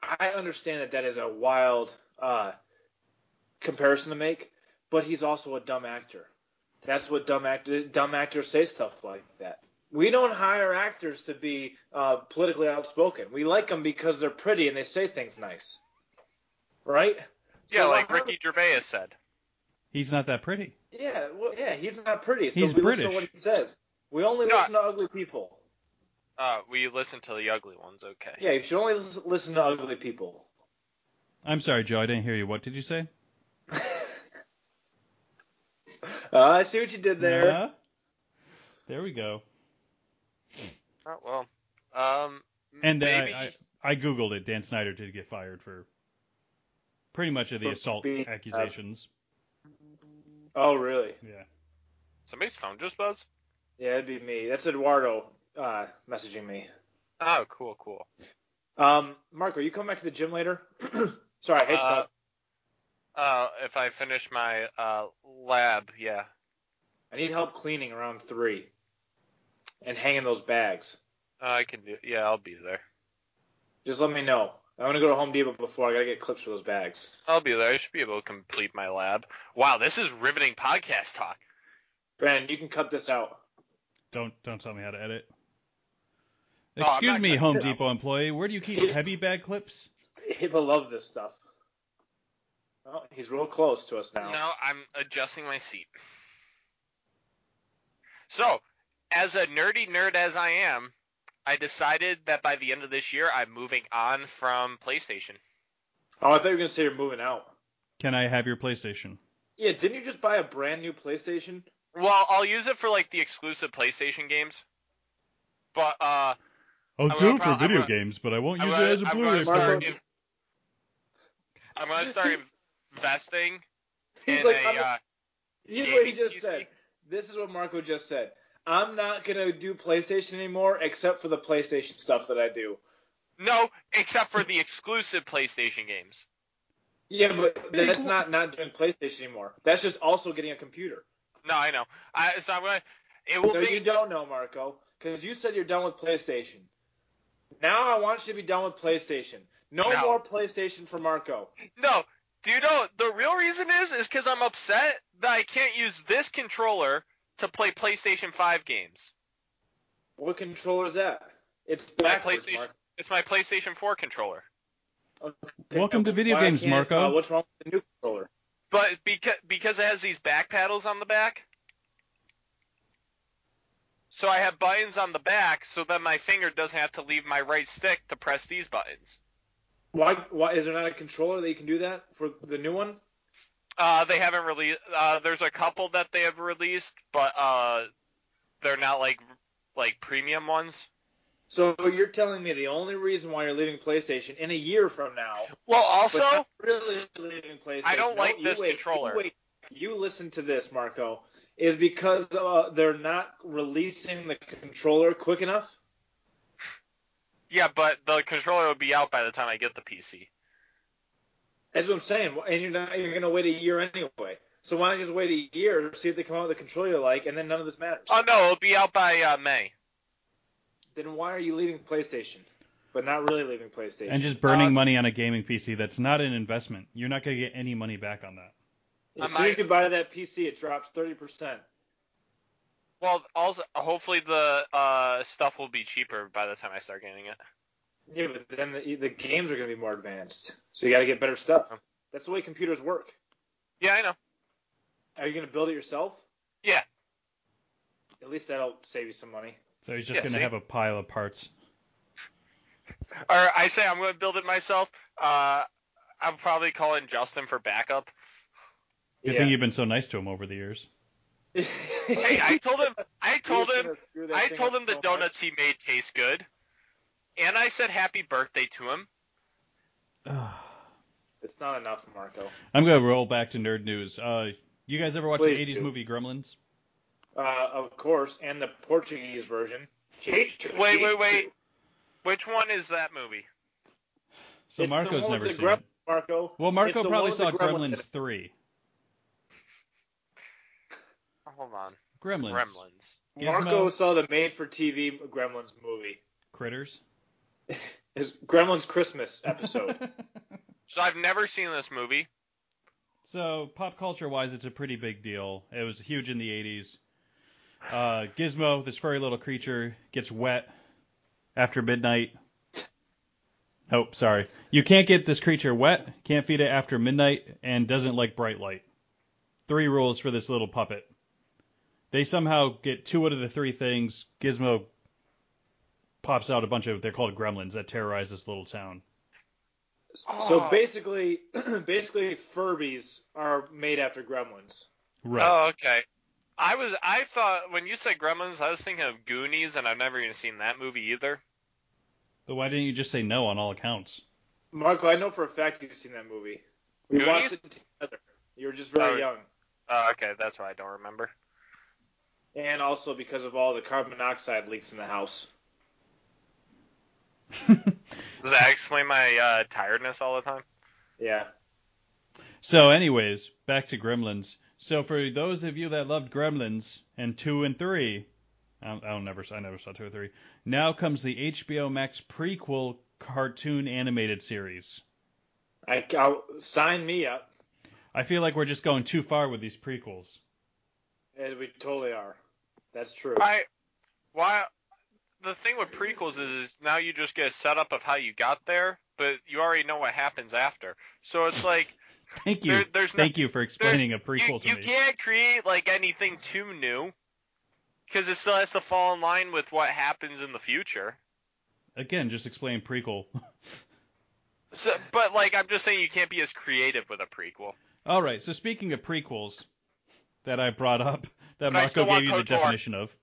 G: I understand that that is a wild uh, comparison to make, but he's also a dumb actor. That's what dumb actor dumb actors say stuff like that. We don't hire actors to be uh, politically outspoken. We like them because they're pretty and they say things nice, right?
F: Yeah,
G: So
F: like
G: I heard-
F: Ricky Gervais said.
D: He's not that pretty.
G: Yeah, well, yeah, he's not pretty. So
D: He's
G: we listen
D: British.
G: to what he says. We only
F: No,
G: listen to ugly people.
F: Uh, we listen to the ugly ones, okay?
G: Yeah, you should only lis- listen to ugly people.
D: I'm sorry, Joe. I didn't hear you. What did you say?
G: Uh, I see what you did there.
D: Uh, there we go.
F: Oh, well, um,
D: And I-
F: maybe
D: I, I googled it. Dan Snyder did get fired for pretty much of the
G: For
D: assault
G: being-
D: accusations.
G: Oh, really?
D: yeah.
F: somebody's phone just buzzed.
G: Yeah, it'd be me. That's Eduardo uh, messaging me.
F: Oh, cool, cool.
G: Um, Marco, you come back to the gym later? Sorry, hey,
F: Uh,
G: Scott.
F: Uh, if I finish my uh lab, yeah.
G: I need help cleaning around three and hanging those bags.
F: Uh, I can do. Yeah, I'll be there.
G: Just let me know. I'm gonna go to Home Depot before I gotta get clips for those bags.
F: I'll be there. I should be able to complete my lab. Wow, this is riveting podcast talk.
G: Brandon, you can cut this out.
D: Don't don't tell me how to edit.
F: No, I'm
D: Excuse
F: not
D: me,
F: gonna-
D: Home Depot employee. Where do you keep heavy bag clips?
G: People love this stuff. Oh, he's real close to us now.
F: No, I'm adjusting my seat. So, as a nerdy nerd as I am, I decided that by the end of this year, I'm moving on from PlayStation.
G: Oh, I thought you were gonna say you're moving out.
D: Can I have your PlayStation?
G: Yeah, didn't you just buy a brand new PlayStation?
F: Well, I'll use it for like the exclusive PlayStation games. But uh, I'm
D: I'll
F: do gonna it for pro- I'm video gonna-
D: games, but I won't
F: I'm, gonna, I'm gonna start.
G: player.
F: in- I'm gonna start investing
G: He's
F: in
G: like,
F: a.
G: I'm-
F: uh,
G: Here's what he
F: gaming
G: just
F: PC.
G: said. This is what Marco just said. I'm not gonna do PlayStation anymore, except for the PlayStation stuff that I do.
F: no, except for the exclusive PlayStation games.
G: Yeah, but that's not not doing PlayStation anymore. That's just also getting a computer.
F: No, I know. I, so I'm gonna. It will
G: no,
F: be.
G: you don't know, Marco, because you said you're done with PlayStation. Now I want you to be done with PlayStation. No,
F: No.
G: more PlayStation for Marco.
F: No, do you know the real reason is is because I'm upset that I can't use this controller to play PlayStation 5 games.
G: What controller is that? It's
F: My
G: backwards,
F: PlayStation,
G: Marco.
F: it's my PlayStation 4 controller.
G: Okay,
D: Welcome to
G: why
D: video games,
G: can't-
D: Marco.
G: Uh, what's wrong with the new controller?
F: But because because it has these back paddles on the back, so I have buttons on the back, so that my finger doesn't have to leave my right stick to press these buttons.
G: Why, why is there not a controller that you can do that for the new one?
F: Uh, they haven't released. Uh, there's a couple that they have released, but uh, they're not like like premium ones.
G: So you're telling me the only reason why you're leaving PlayStation in a year from now,
F: Well,
G: but
F: also.
G: not really leaving PlayStation.
F: I don't
G: no,
F: like
G: you
F: this
G: wait,
F: controller.
G: You, wait, you listen to this, Marco, is because uh, they're not releasing the controller quick enough.
F: Yeah, but the controller will be out by the time I get the PC.
G: That's what I'm saying. And you're not you're gonna wait a year anyway. So why not just wait a year, see if they come out with a controller you like, and then none of this matters.
F: Oh no, it'll be out by uh, May.
G: then why are you leaving PlayStation? But not really leaving PlayStation.
D: And just burning
F: Uh,
D: money on a gaming PC that's not an investment. You're not going to get any money back on that.
G: as
F: I
G: soon as
F: might-
G: you buy that PC, it drops thirty percent.
F: Well, also hopefully the uh, stuff will be cheaper by the time I start getting it.
G: Yeah, but then the, the games are going to be more advanced, so you got to get better stuff. That's the way computers work.
F: Yeah, I know.
G: Are you going to build it yourself?
F: Yeah.
G: At least that'll save you some money.
D: So he's just
F: Yeah,
D: going to
F: see?
D: have a pile of parts.
F: Or I say I'm going to build it myself. Uh, I'm probably calling Justin for backup.
D: Good
G: yeah.
D: thing you've been so nice to him over the years.
F: Hey, I told him. I told him. I told him the
G: donuts.
F: donuts he made taste good, and I said happy birthday to him.
G: It's not enough, Marco.
D: I'm going to roll back to nerd news. Uh, you guys ever watch
G: Please
D: the 80s
G: do.
D: movie Gremlins?
G: Uh, of course, and the Portuguese version. Wait,
F: Wait, wait, wait. Which one is that movie?
D: So
G: It's the
D: Marco's
G: one with
D: never
G: the
D: seen
G: grub-
D: it.
G: Marco.
D: Well,
G: It's
D: Marco
G: the
D: probably
G: one
D: saw
G: with the
D: Gremlins,
G: in it.
D: 3.
F: Hold on.
D: Gremlins.
F: Gremlins.
D: Gizmo.
G: Marco saw the made-for-TV Gremlins movie.
D: Critters.
G: His Gremlins Christmas episode.
F: So I've never seen this movie.
D: so, pop culture wise, it's a pretty big deal. It was huge in the 80s. Uh, Gizmo, this furry little creature, gets wet after midnight. Nope, sorry. You can't get this creature wet, can't feed it after midnight, and doesn't like bright light. Three rules for this little puppet. They somehow get two out of the three things. Gizmo pops out a bunch of, they're called gremlins, that terrorize this little town.
G: so basically, basically Furbies are made after Gremlins.
D: Right.
F: Oh, okay. I was I thought when you said Gremlins, I was thinking of Goonies, and I've never even seen that movie either.
D: But why didn't you just say no on all accounts?
G: Marco, I know for a fact you've seen that movie. We
F: Goonies?
G: watched it together. You were just very
F: Oh.
G: young,
F: Oh, okay, that's why I don't remember.
G: and also because of all the carbon monoxide leaks in the house.
F: Does that explain my uh, tiredness all the time?
G: Yeah.
D: so, anyways, back to Gremlins. So, for those of you that loved Gremlins and two and three, I don't, I don't never, I never saw two or three. Now comes the HBO Max prequel cartoon animated series.
G: I, I'll, sign me up.
D: I feel like we're just going too far with these prequels.
G: And we totally are. That's true.
F: I why the thing with prequels is is now you just get a setup of how you got there, but you already know what happens after. So it's like
D: Thank you.
F: There- there's no-
D: Thank you for explaining a
F: you,
D: prequel to
F: you
D: me.
F: can't create like anything too new because it still has to fall in line with what happens in the future.
D: Again, just explain prequel.
F: So, but like I'm just saying, you can't be as creative with a prequel.
D: all right. So, speaking of prequels that I brought up, that
F: But I
D: Marco
F: still
D: gave
F: want
D: you the
F: KOTOR.
D: definition of.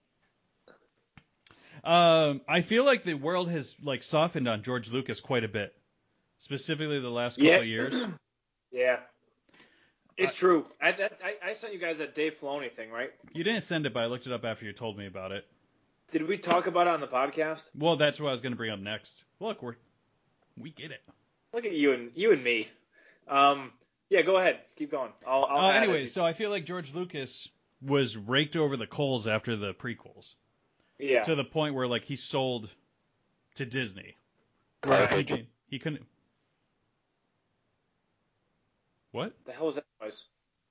D: Um, I feel like the world has like softened on George Lucas quite a bit, specifically the last couple
G: Yeah.
D: of years.
G: yeah. It's
D: Uh,
G: true. I, that, I, I sent you guys that Dave Filoni thing, right?
D: You didn't send it, but I looked it up after you told me about it.
G: Did we talk about it on the podcast?
D: Well, that's what I was going to bring up next. Look, we're we get it.
G: Look at you and you and me. Um, yeah, go ahead. Keep going. I'll, I'll
D: Uh,
G: add
D: anyway,
G: as
D: so I feel like George Lucas was raked over the coals after the prequels
G: you- yeah.
D: to the point where like he sold to Disney.
G: Right.
D: He, didn't- he couldn't. What?
G: the hell was that noise?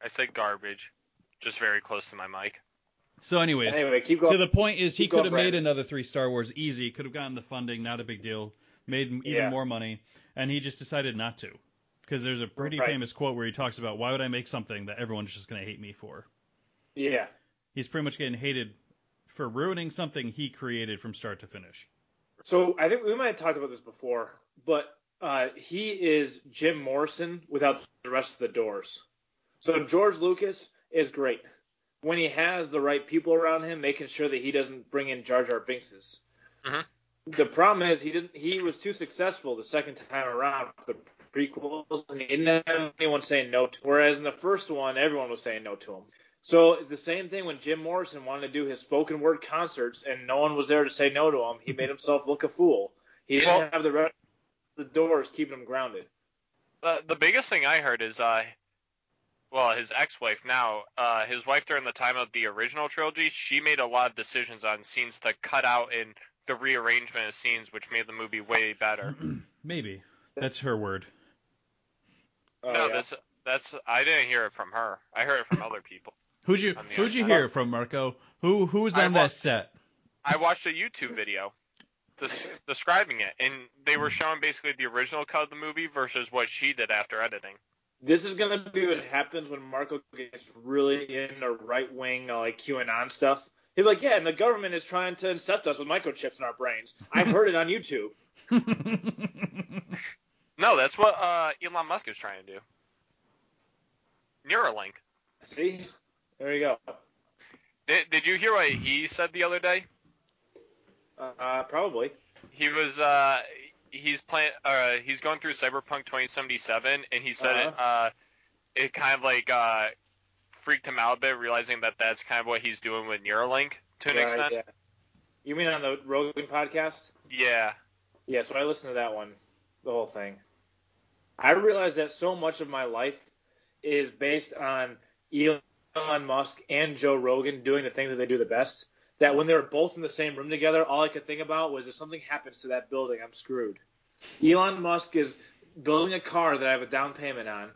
F: I said garbage, just very close to my mic.
D: So, anyways,
G: Anyway, keep
D: so
G: going.
D: the point is he
G: keep
D: could
G: going,
D: have made
G: Brandon.
D: another three Star Wars easy. Could have gotten the funding, not a big deal. Made m- even
G: Yeah.
D: more money, and he just decided not to, because there's a pretty
G: Right.
D: famous quote where he talks about why would I make something that everyone's just gonna hate me for.
G: yeah.
D: He's pretty much getting hated for ruining something he created from start to finish.
G: So I think we might have talked about this before, but uh, he is Jim Morrison without the rest of the doors. So George Lucas is great when he has the right people around him, making sure that he doesn't bring in Jar Jar Binkses.
F: Mhm.
G: The problem is he didn't. He was too successful the second time around for the prequels, and he didn't have anyone saying no. to Whereas in the first one, everyone was saying no to him. So it's the same thing when Jim Morrison wanted to do his spoken word concerts and no one was there to say no to him. He made himself look a fool. He didn't
F: Well-
G: have the rest of the doors keeping him grounded.
F: Uh, the biggest thing I heard is, uh, well, his ex-wife now, uh, his wife during the time of the original trilogy, she made a lot of decisions on scenes to cut out in the rearrangement of scenes, which made the movie way better.
D: Maybe that's her word.
G: Oh,
F: no,
G: yeah.
F: that's that's I didn't hear it from her. I heard it from other people.
D: Who'd you
F: On the
D: Who'd you
F: outside.
D: hear from, Marco? Who Who was
F: I
D: on
F: wa-
D: that set?
F: I watched a YouTube video des- describing it, and they
G: Hmm.
F: were showing basically the original cut of the movie versus what she did after editing.
G: this is gonna be what happens when Marco gets really into right wing like uh, QAnon stuff. He's like, yeah, and the government is trying to incept us with microchips in our brains. I heard it on YouTube.
F: No, that's what uh, Elon Musk is trying to do. Neuralink.
G: See? There you go.
F: Did, did you hear what he said the other day?
G: Uh, probably.
F: He was uh, he's playing uh, he's going through Cyberpunk 2077, and he said it uh, it kind of like uh, freaked him out a bit, realizing that that's kind of what he's doing with Neuralink to an
G: Right,
F: extent.
G: yeah. You mean on the Rogan podcast?
F: Yeah.
G: Yeah, so I listened to that one, the whole thing. I realized that so much of my life is based on Elon Musk and Joe Rogan doing the things that they do the best. That when they were both in the same room together, all I could think about was if something happens to that building, I'm screwed. Elon Musk is building a car that I have a down payment on.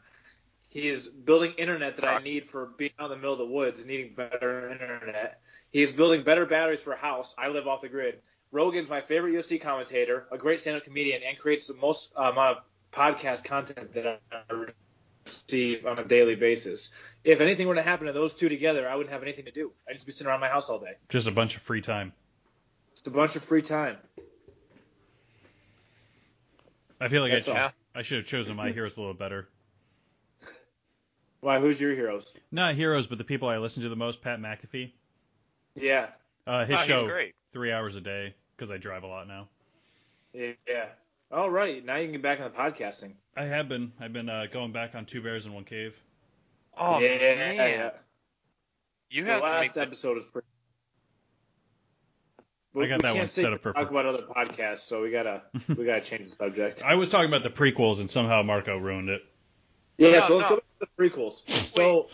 G: He's building internet that I need for being out in the middle of the woods and needing better internet. He's building better batteries for a house. I live off the grid. Rogan's my favorite UFC commentator, a great stand-up comedian, and creates the most uh, amount of podcast content that I receive on a daily basis. If anything were to happen to those two together, I wouldn't have anything to do. I'd just be sitting around my house all day.
D: Just a bunch of free time.
G: Just a bunch of free time.
D: I feel like I,
G: That's
D: ch-
F: all.
D: I should have chosen my heroes a little better.
G: Why? Who's your heroes?
D: Not heroes, but the people I listen to the most. Pat McAfee.
G: Yeah,
D: Uh, his
G: Ah,
F: Oh, he's
D: show
F: great.
D: three hours a day because I drive a lot now.
G: yeah. All right, now you can get back on the podcasting.
D: I have been. I've been uh, going back on Two Bears in One Cave.
F: Oh
G: yeah,
F: man, you
G: The
F: have to make
G: last
F: the-
G: episode is free.
D: I got
G: we
D: that one
G: can't sit
D: set up for-
G: and talk about other podcasts, so we gotta we gotta change the subject.
D: I was talking about the prequels and somehow Marco ruined it.
G: Yeah,
F: No,
G: so let's go
F: no.
G: back to the prequels. So,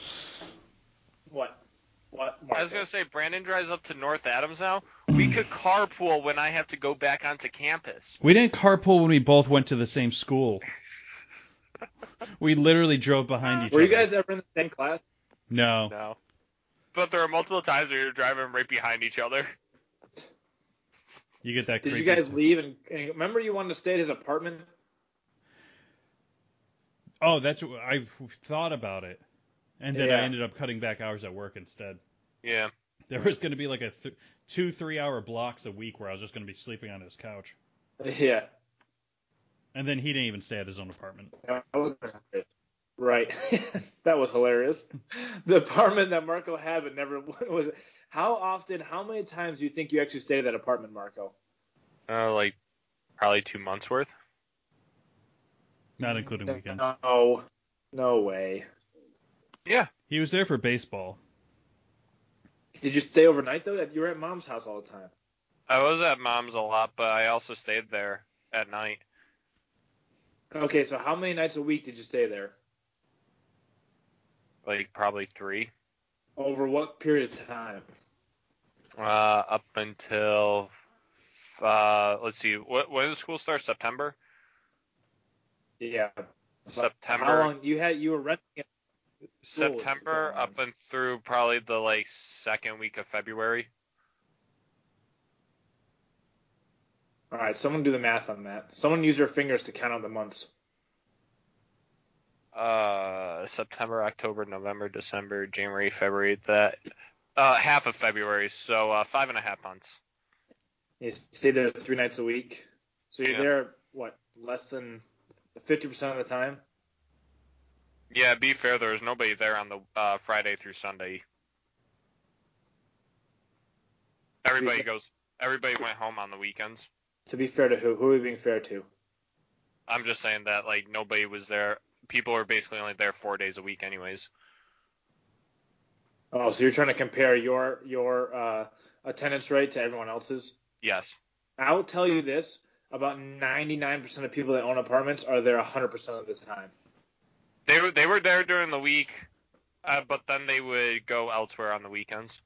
G: what? What?
F: I was gonna say Brandon drives up to North Adams now. We could carpool when I have to go back onto campus.
D: We didn't carpool when we both went to the same school. we literally drove behind each
G: Were
D: other.
G: you guys ever in the same class?
D: No.
F: No. But there are multiple times where you're driving right behind each other.
D: You get that.
G: Did you
D: creepy-
G: guys leave and, and remember you wanted to stay at his apartment?
D: Oh, that's. what- I thought about it, and then I
G: Yeah.
D: ended up cutting back hours at work instead.
F: Yeah.
D: There was going to be like a th- two, three hour blocks a week where I was just going to be sleeping on his couch,
G: Yeah.
D: and then he didn't even stay at his own apartment.
G: That was- Right. that was hilarious. The apartment that Marco had but never was. How often? How many times do you think you actually stayed at that apartment, Marco?
F: Uh, like probably two months worth.
G: Mm-hmm.
D: Not including weekends.
G: No. No way.
D: He was there for baseball.
G: Did you stay overnight though? You were at mom's house all the time.
F: I was at mom's a lot, but I also stayed there at night.
G: Okay, so how many nights a week did you stay there?
F: Like probably three.
G: Over what period of time?
F: Uh, up until uh, let's see, what when does school start? September.
G: Yeah.
F: September.
G: How long you had? You were renting it. school was
F: September
G: going on?
F: up and through probably the like second week of February.
G: All right, someone do the math on that. Someone use your fingers to count out the months.
F: Uh, September, October, November, December, January, February. That uh, half of February, so uh, five and a half months.
G: You stay there three nights a week, so you're
F: Yeah.
G: there what less than fifty percent of the time.
F: Yeah, be fair. There was nobody there on the uh, Friday through Sunday. Everybody goes. Everybody went home on the weekends.
G: To be fair to who? Who are we being fair to?
F: I'm just saying that like nobody was there. People were basically only there four days a week, anyways.
G: Oh, so you're trying to compare your your uh, attendance rate to everyone else's?
F: Yes.
G: I will tell you this: about 99% of people that own apartments are there 100% of the time.
F: They were they were there during the week, uh, but then they would go elsewhere on the weekends.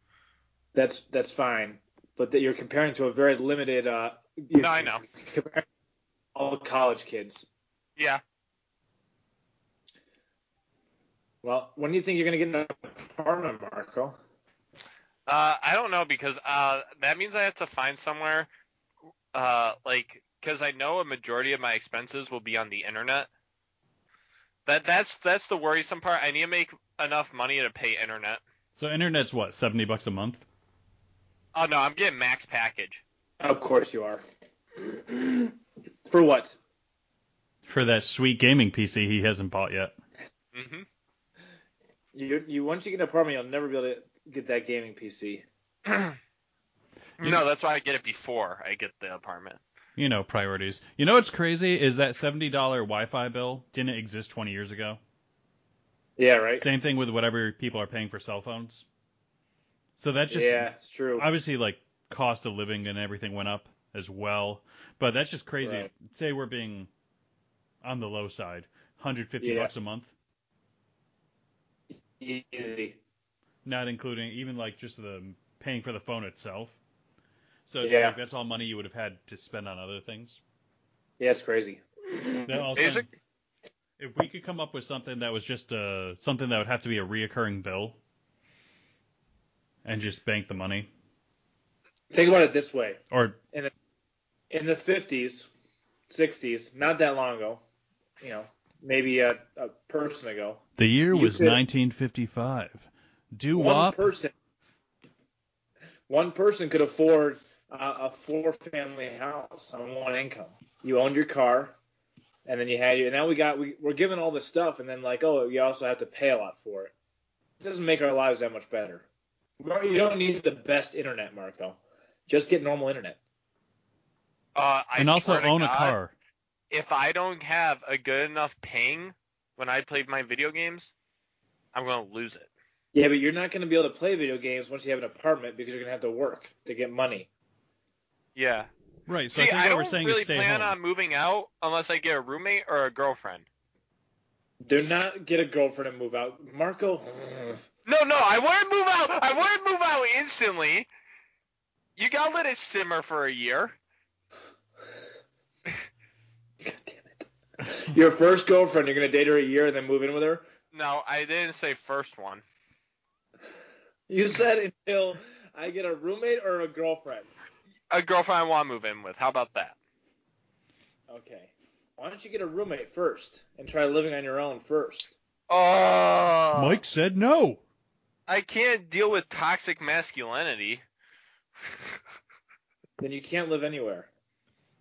G: That's that's fine, but that you're comparing to a very limited. Uh,
F: No, I know.
G: comparing All college kids.
F: Yeah.
G: Well, when do you think you're gonna get an apartment, Marco?
F: Uh, I don't know because uh, that means I have to find somewhere, uh, like because I know a majority of my expenses will be on the internet. That that's that's the worrisome part. I need to make enough money to pay internet.
D: So internet's what seventy bucks a month.
F: Oh no, I'm getting max package.
G: Of course you are. For what?
D: for that sweet gaming PC he hasn't bought yet.
F: hmm
G: You you once you get an apartment, you'll never be able to get that gaming PC.
D: Mm-hmm.
F: No, that's why I get it before I get the apartment.
D: You know, priorities. You know what's crazy is that $70 Wi Fi bill didn't exist 20 years ago.
G: Yeah, right.
D: Same thing with whatever people are paying for cell phones. So that's just
G: yeah, it's true.
D: obviously like cost of living and everything went up as well. But that's just crazy.
G: Right.
D: Say we're being on the low side, 150
G: Yeah.
D: bucks a month,
G: Easy.
D: not including even like just the paying for the phone itself. So it's
G: Yeah.
D: like that's all money you would have had to spend on other things.
G: Yeah, it's crazy.
D: That all of a
F: Is
D: sudden- if we could come up with something that was just uh something that would have to be a reoccurring bill, and just bank the money,
G: Think about it this way:
D: or
G: in the 50s, 60s, not that long ago, you know, maybe a, a person ago,
D: the year
G: You
D: was
G: could-
D: 1955. Do
G: one
D: wop.
G: person, one person could afford uh, a four-family house on one income. You owned your car, and then you had your. And now we got we, we're given all this stuff, and then like, oh, you also have to pay a lot for it. It doesn't make our lives that much better. We don't- You don't need the best internet, Marco. Just get normal internet.
F: Uh, I
D: and also
F: swear to
D: own a
F: God,
D: car.
F: If I don't have a good enough ping when I play my video games, I'm gonna lose it.
G: Yeah, but you're not going to be able to play video games once you have an apartment because you're going to have to work to get money.
F: Yeah.
D: Right. So
F: See,
D: I think
F: I
D: what
F: don't
D: we're saying
F: really
D: is stay
F: plan
D: home.
F: on moving out unless I get a roommate or a girlfriend.
G: Do not get a girlfriend and move out, Marco.
F: No, no, I wouldn't move out. I wouldn't move out instantly. You gotta let it simmer for a year.
G: Your first girlfriend, you're going to date her a year and then move in with her.
F: No, I didn't say first one.
G: You said until I get a roommate or a girlfriend.
F: A girlfriend I want to move in with. How about that?
G: Okay. Why don't you get a roommate first and try living on your own first?
F: Oh,
D: Mike said no.
F: I can't deal with toxic masculinity.
G: Then you can't live anywhere.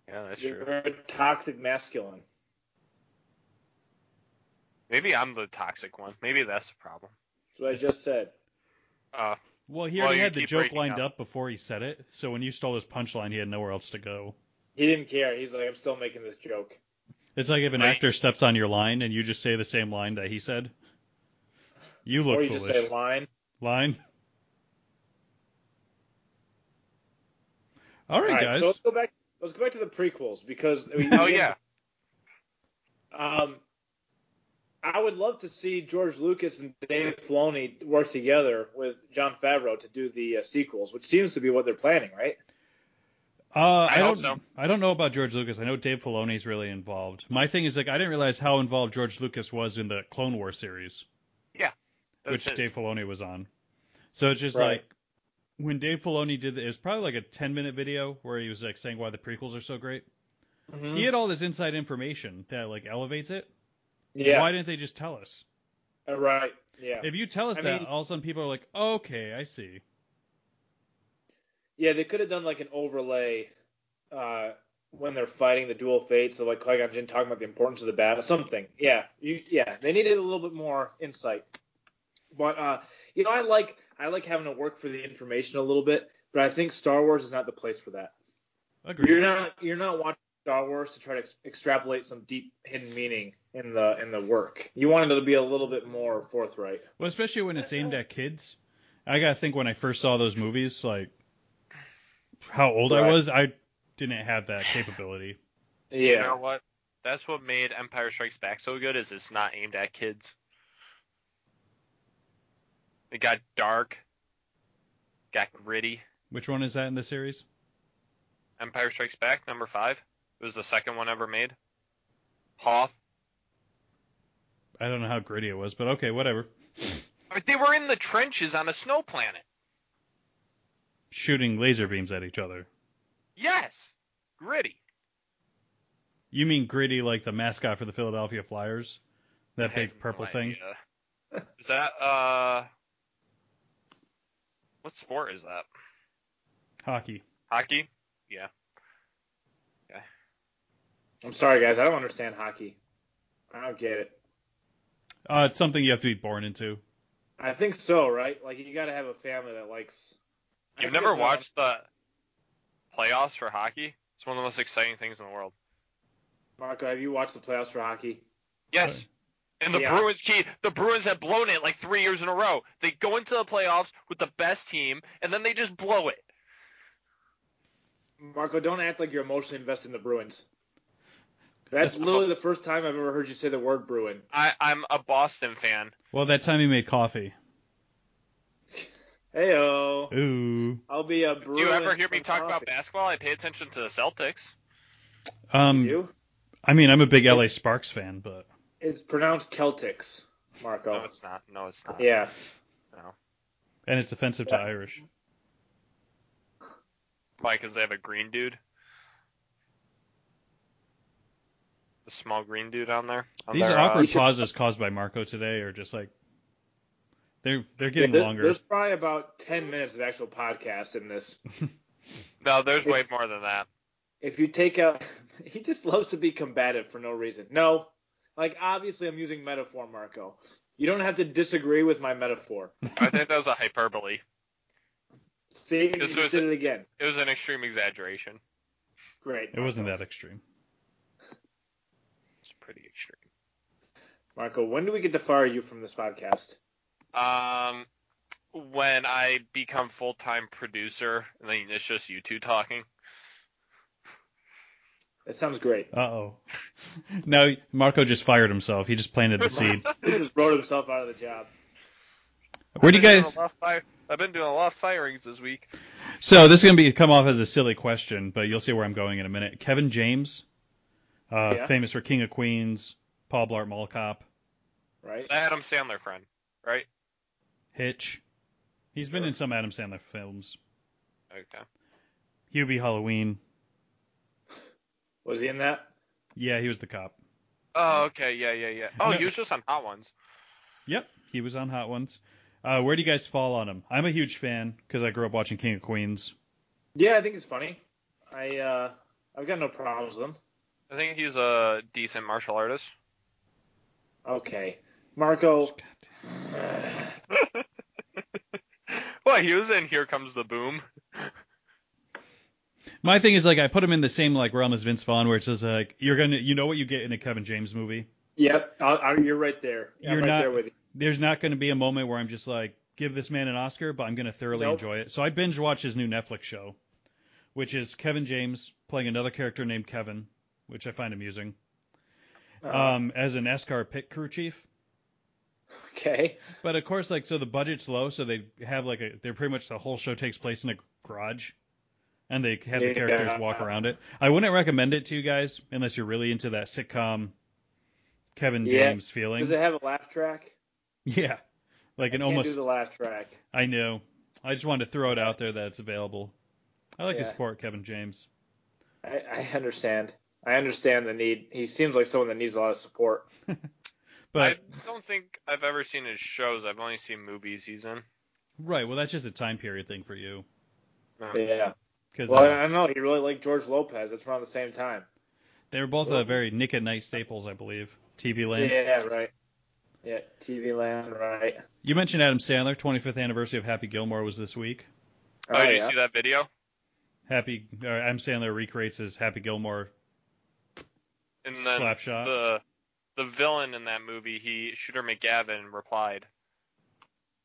F: Yeah, that's
G: you're
F: true.
G: a toxic masculine.
F: Maybe I'm the toxic one. Maybe that's the problem.
G: That's what I just said.
F: Uh,
D: Well, he
F: Well,
D: already
F: you
D: had the
F: keep
D: joke
F: breaking
D: lined
F: up.
D: up before he said it. So when you stole his punchline, he had nowhere else to go.
G: He didn't care. He's like, I'm still making this joke.
D: It's like if an
F: Right.
D: actor steps on your line and you just say the same line that he said. You look
G: or you
D: foolish.
G: just say line.
D: line. All right, guys.
G: so let's go back. Let's go back to the prequels because we,
F: oh yeah.
G: Um, I would love to see George Lucas and Dave Filoni work together with John Favreau to do the uh, sequels, which seems to be what they're planning, right?
D: uh, I,
F: hope so.
D: don't. I don't know about George Lucas. I know Dave Filoni's really involved. My thing is like I didn't realize how involved George Lucas was in the Clone War series,
F: that's
D: which
F: it.
D: Dave Filoni was on. So it's just
G: Right.
D: like when Dave Filoni did the, it was probably like a 10 minute video where he was like saying why the prequels are so great.
G: Mm.
D: He had all this inside information that like elevates it.
G: Yeah.
D: Why didn't they just tell us?
G: Uh, Right. Yeah.
D: If you tell us
G: I
D: that,
G: mean-
D: all of a sudden people are like, okay, I see.
G: Yeah, they could have done like an overlay uh, when they're fighting the dual fates, so like Qui Gon Jinn talking about the importance of the battle, something. Yeah, you, yeah, they needed a little bit more insight. But uh, you know, I like I like having to work for the information a little bit, but I think Star Wars is not the place for that.
D: Agreed.
G: You're not you're not watching Star Wars to try to ex- extrapolate some deep hidden meaning in the in the work. You wanted it to be a little bit more forthright.
D: Well, especially when it's aimed at kids. I gotta think when I first saw those movies, like how old I
G: Right.
D: was, I didn't have that capability.
F: You know
G: Yeah.
F: what? That's what made Empire Strikes Back so good. Is it's not aimed at kids. It got dark. Got gritty.
D: Which one is that in the series?
F: Empire Strikes Back, number five. It was the second one ever made. Hoth.
D: I don't know how gritty it was, but okay, whatever.
F: But They were in the trenches on a snow planet.
D: Shooting laser beams at each other.
F: Yes. Gritty.
D: You mean gritty like the mascot for the Philadelphia Flyers?
F: I
D: That
F: have
D: big purple
F: no
D: thing?
F: idea. Is that uh? What sport is that?
D: Hockey.
F: Hockey?
G: I'm sorry, guys. I don't understand hockey. I don't get it.
D: Uh, it's something you have to be born into.
G: I think so, right? Like you got to have a family that likes. I
F: You've
G: guess
F: never
G: not.
F: watched the playoffs for hockey? It's one of the most exciting things in the world.
G: Marco. Have you watched the playoffs for hockey?
F: Yes. And the
G: Yeah.
F: Bruins key the Bruins have blown it like three years in a row. They go into the playoffs with the best team and then they just blow it.
G: Marco, don't act like you're emotionally invested in the Bruins. That's literally the first time I've ever heard you say the word Bruin.
F: I, I'm a Boston fan.
D: Well, that time he made coffee.
G: Heyo,
D: Ooh.
G: I'll be a Bruin.
F: Do you ever hear me
G: for
F: talk about
G: coffee.
F: basketball? I pay attention to the Celtics.
D: Um,
G: You?
D: I mean, I'm a big LA Sparks fan, but
G: It's pronounced Celtics, Marco.
F: No, it's not. No, it's not.
G: Yeah.
D: and it's offensive to Irish.
F: Why? Because they have a green dude. The small green dude on there. on
D: These
F: their, uh,
D: awkward
G: should-
D: pauses caused by Marco today are just like they're they're getting
G: There-
D: longer.
G: There's probably about 10 minutes of actual podcast in this.
F: no, there's way more than that.
G: If you take out, he just loves to be combative for no reason. No, like obviously I'm using metaphor, Marco. You don't have to disagree with my metaphor.
F: I think that was a hyperbole.
G: See, you
F: This
G: just
F: was-
G: did it again.
F: It was an extreme exaggeration.
G: Great.
D: It wasn't that extreme.
F: It's pretty extreme.
G: Marco, when do we get to fire you from this podcast?
F: Um, when I become full time producer, I mean, it's just you two talking.
G: That sounds great.
D: Uh oh. No, Marco just fired himself. He just planted the seed.
G: He just wrote himself out of the job.
D: Where do you
F: I've been doing
D: guys?
F: a lot of fire- I've been doing a lot of firings this week.
D: So this is gonna be come off as a silly question, but you'll see where I'm going in a minute. Kevin James, uh,
G: Yeah.
D: famous for King of Queens, Paul Blart Mall Cop,
G: Right?
F: The Adam Sandler friend, right?
D: Hitch. He's been
G: Sure.
D: in some Adam Sandler films.
F: Okay.
D: Hubie Halloween.
G: Was he in that?
D: Yeah, he was the cop.
F: Oh, okay. Yeah, yeah, yeah. Oh,
D: No.
F: you was just on Hot Ones.
D: Yep, he was on Hot Ones. Uh, where do you guys fall on him? I'm a huge fan because I grew up watching King of Queens.
G: Yeah, I think it's funny. I uh, I've got no problems with him.
F: I think he's a decent martial artist.
G: Okay, Marco.
F: Well, he was in Here Comes the Boom.
D: My thing is like I put him in the same like realm as Vince Vaughn, where it's just like you're gonna you know what you get in a Kevin James movie.
G: Yep, I, I, you're right there. I'm
D: You're
G: right
D: not-
G: there with you.
D: There's not gonna be a moment where I'm just like give this man an Oscar, but I'm gonna thoroughly
G: Nope.
D: enjoy it. So I binge watched his new Netflix show, which is Kevin James playing another character named Kevin, which I find amusing,
G: Uh.
D: um, as an NASCAR pit crew chief.
G: okay.
D: But of course, like so the budget's low, so they have like a they're pretty much the whole show takes place in a garage, and they have the
G: Yeah.
D: characters walk around it. I wouldn't recommend it to you guys unless you're really into that sitcom Kevin
G: Yeah.
D: James feeling.
G: Does it have a laugh track?
D: yeah, like an
G: Can't
D: almost.
G: do the laugh track.
D: I know. I just wanted to throw it out there that it's available. I like to
G: Yeah.
D: support Kevin James.
G: I, I understand. I understand the need. He seems like someone that needs a lot of support.
D: But
F: I don't think I've ever seen his shows. I've only seen movies he's in.
D: right, well that's just a time period thing for you.
G: Yeah.
D: 'Cause,
G: Well,
D: uh,
G: I, I know he really liked George Lopez. That's around the same time.
D: they were both uh, very Nick at Night staples, I believe. TV land.
G: Yeah, right. Yeah, TV Land, right?
D: You mentioned Adam Sandler. 25th anniversary of Happy Gilmore was this week.
F: Oh,
G: Oh,
F: did you
G: yeah.
F: see that video?
D: Happy uh, Adam Sandler recreates his Happy Gilmore
F: And then
D: slapshot.
F: the the villain in that movie, he Shooter McGavin replied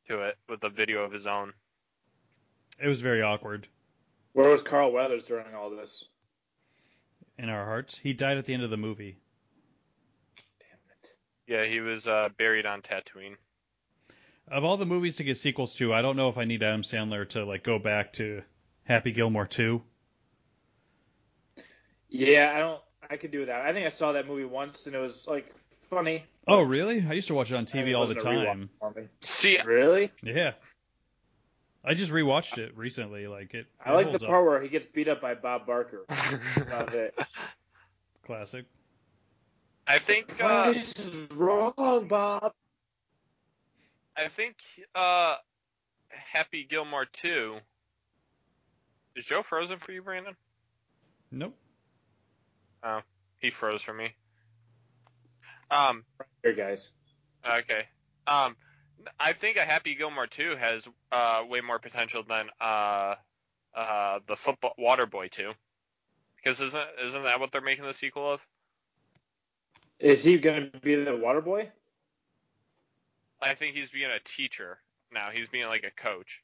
F: to it with a video of his own.
D: It was very awkward
G: Where was Carl Weathers during all this?
D: in our hearts. He died at the end of the movie.
F: Yeah, he was uh, buried on Tatooine.
D: Of all the movies to get sequels to, I don't know if I need Adam Sandler to like go back to Happy Gilmore 2.
G: Yeah, I don't. I could do without. I think I saw that movie once and it was like funny.
D: Oh, really? I used to watch it on
G: I mean,
D: TV
G: it
D: all the
G: wasn't a rewatch
D: time.
G: for me.
F: See,
G: Really?
D: Yeah. I just rewatched it recently. Like it.
G: I
D: it
G: like the
D: holds
G: part
D: up.
G: where he gets beat up by Bob Barker. About it.
D: Classic.
F: I think uh,
G: this is wrong, Bob.
F: I think uh, Happy Gilmore 2 Is Joe frozen for you, Brandon?
D: Nope.
F: He froze for me. Um.
G: Here, guys.
F: Okay. Um. I think a Happy Gilmore 2 has uh, way more potential than uh, uh, the football Waterboy 2. Because isn't isn't that what they're making the sequel of?
G: Is he going to be the water boy?
F: I think he's being a teacher now. He's being like a coach.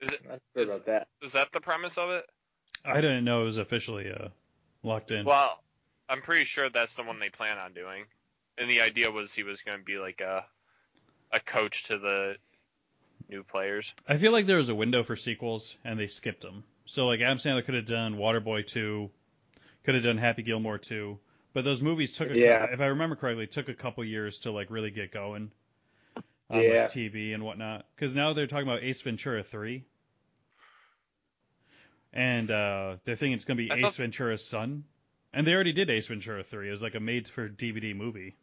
F: Is it
G: I'm not sure about that.
F: is that the premise of it?
D: I didn't know it was officially uh, locked in.
F: Well, I'm pretty sure that's the one they plan on doing. And the idea was he was going to be like a a coach to the new players.
D: I feel like there was a window for sequels and they skipped them. So like Adam Sandler could have done Waterboy 2, could have done Happy Gilmore 2, but those movies took a,
G: Yeah.
D: if I remember correctly, took a couple years to like really get going on
G: Yeah.
D: like TV and whatnot. Because now they're talking about Ace Ventura 3, and uh, they're thinking it's gonna be
F: I
D: Ace
F: thought-
D: Ventura's son, and they already did Ace Ventura 3. It was like a made-for-DVD movie.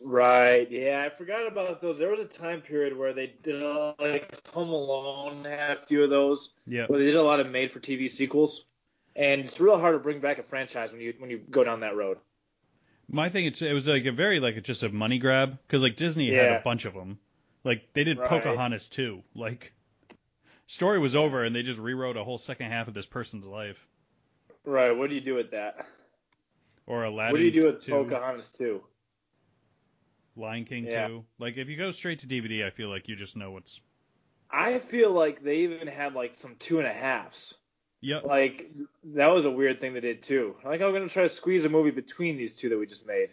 G: Right. Yeah, I forgot about those. There was a time period where they did a, like Home Alone had a few of those.
D: Yeah.
G: Well, they did a lot of made-for-TV sequels, and it's real hard to bring back a franchise when you when you go down that road.
D: My thing, it's, it was like a very like just a money grab because like Disney had
G: Yeah.
D: a bunch of them. Like they did
G: Right.
D: Pocahontas too. Like story was over and they just rewrote a whole second half of this person's life.
G: Right. What do you do with that?
D: Or Aladdin.
G: What do you do with
D: too,
G: Pocahontas too?
D: Lion King
G: Yeah.
D: too. Like if you go straight to DVD, I feel like you just know what's.
G: I feel like they even had like some two and a halves.
D: Yep.
G: Like that was a weird thing they did too. Like I'm gonna try to squeeze a movie between these two that we just made.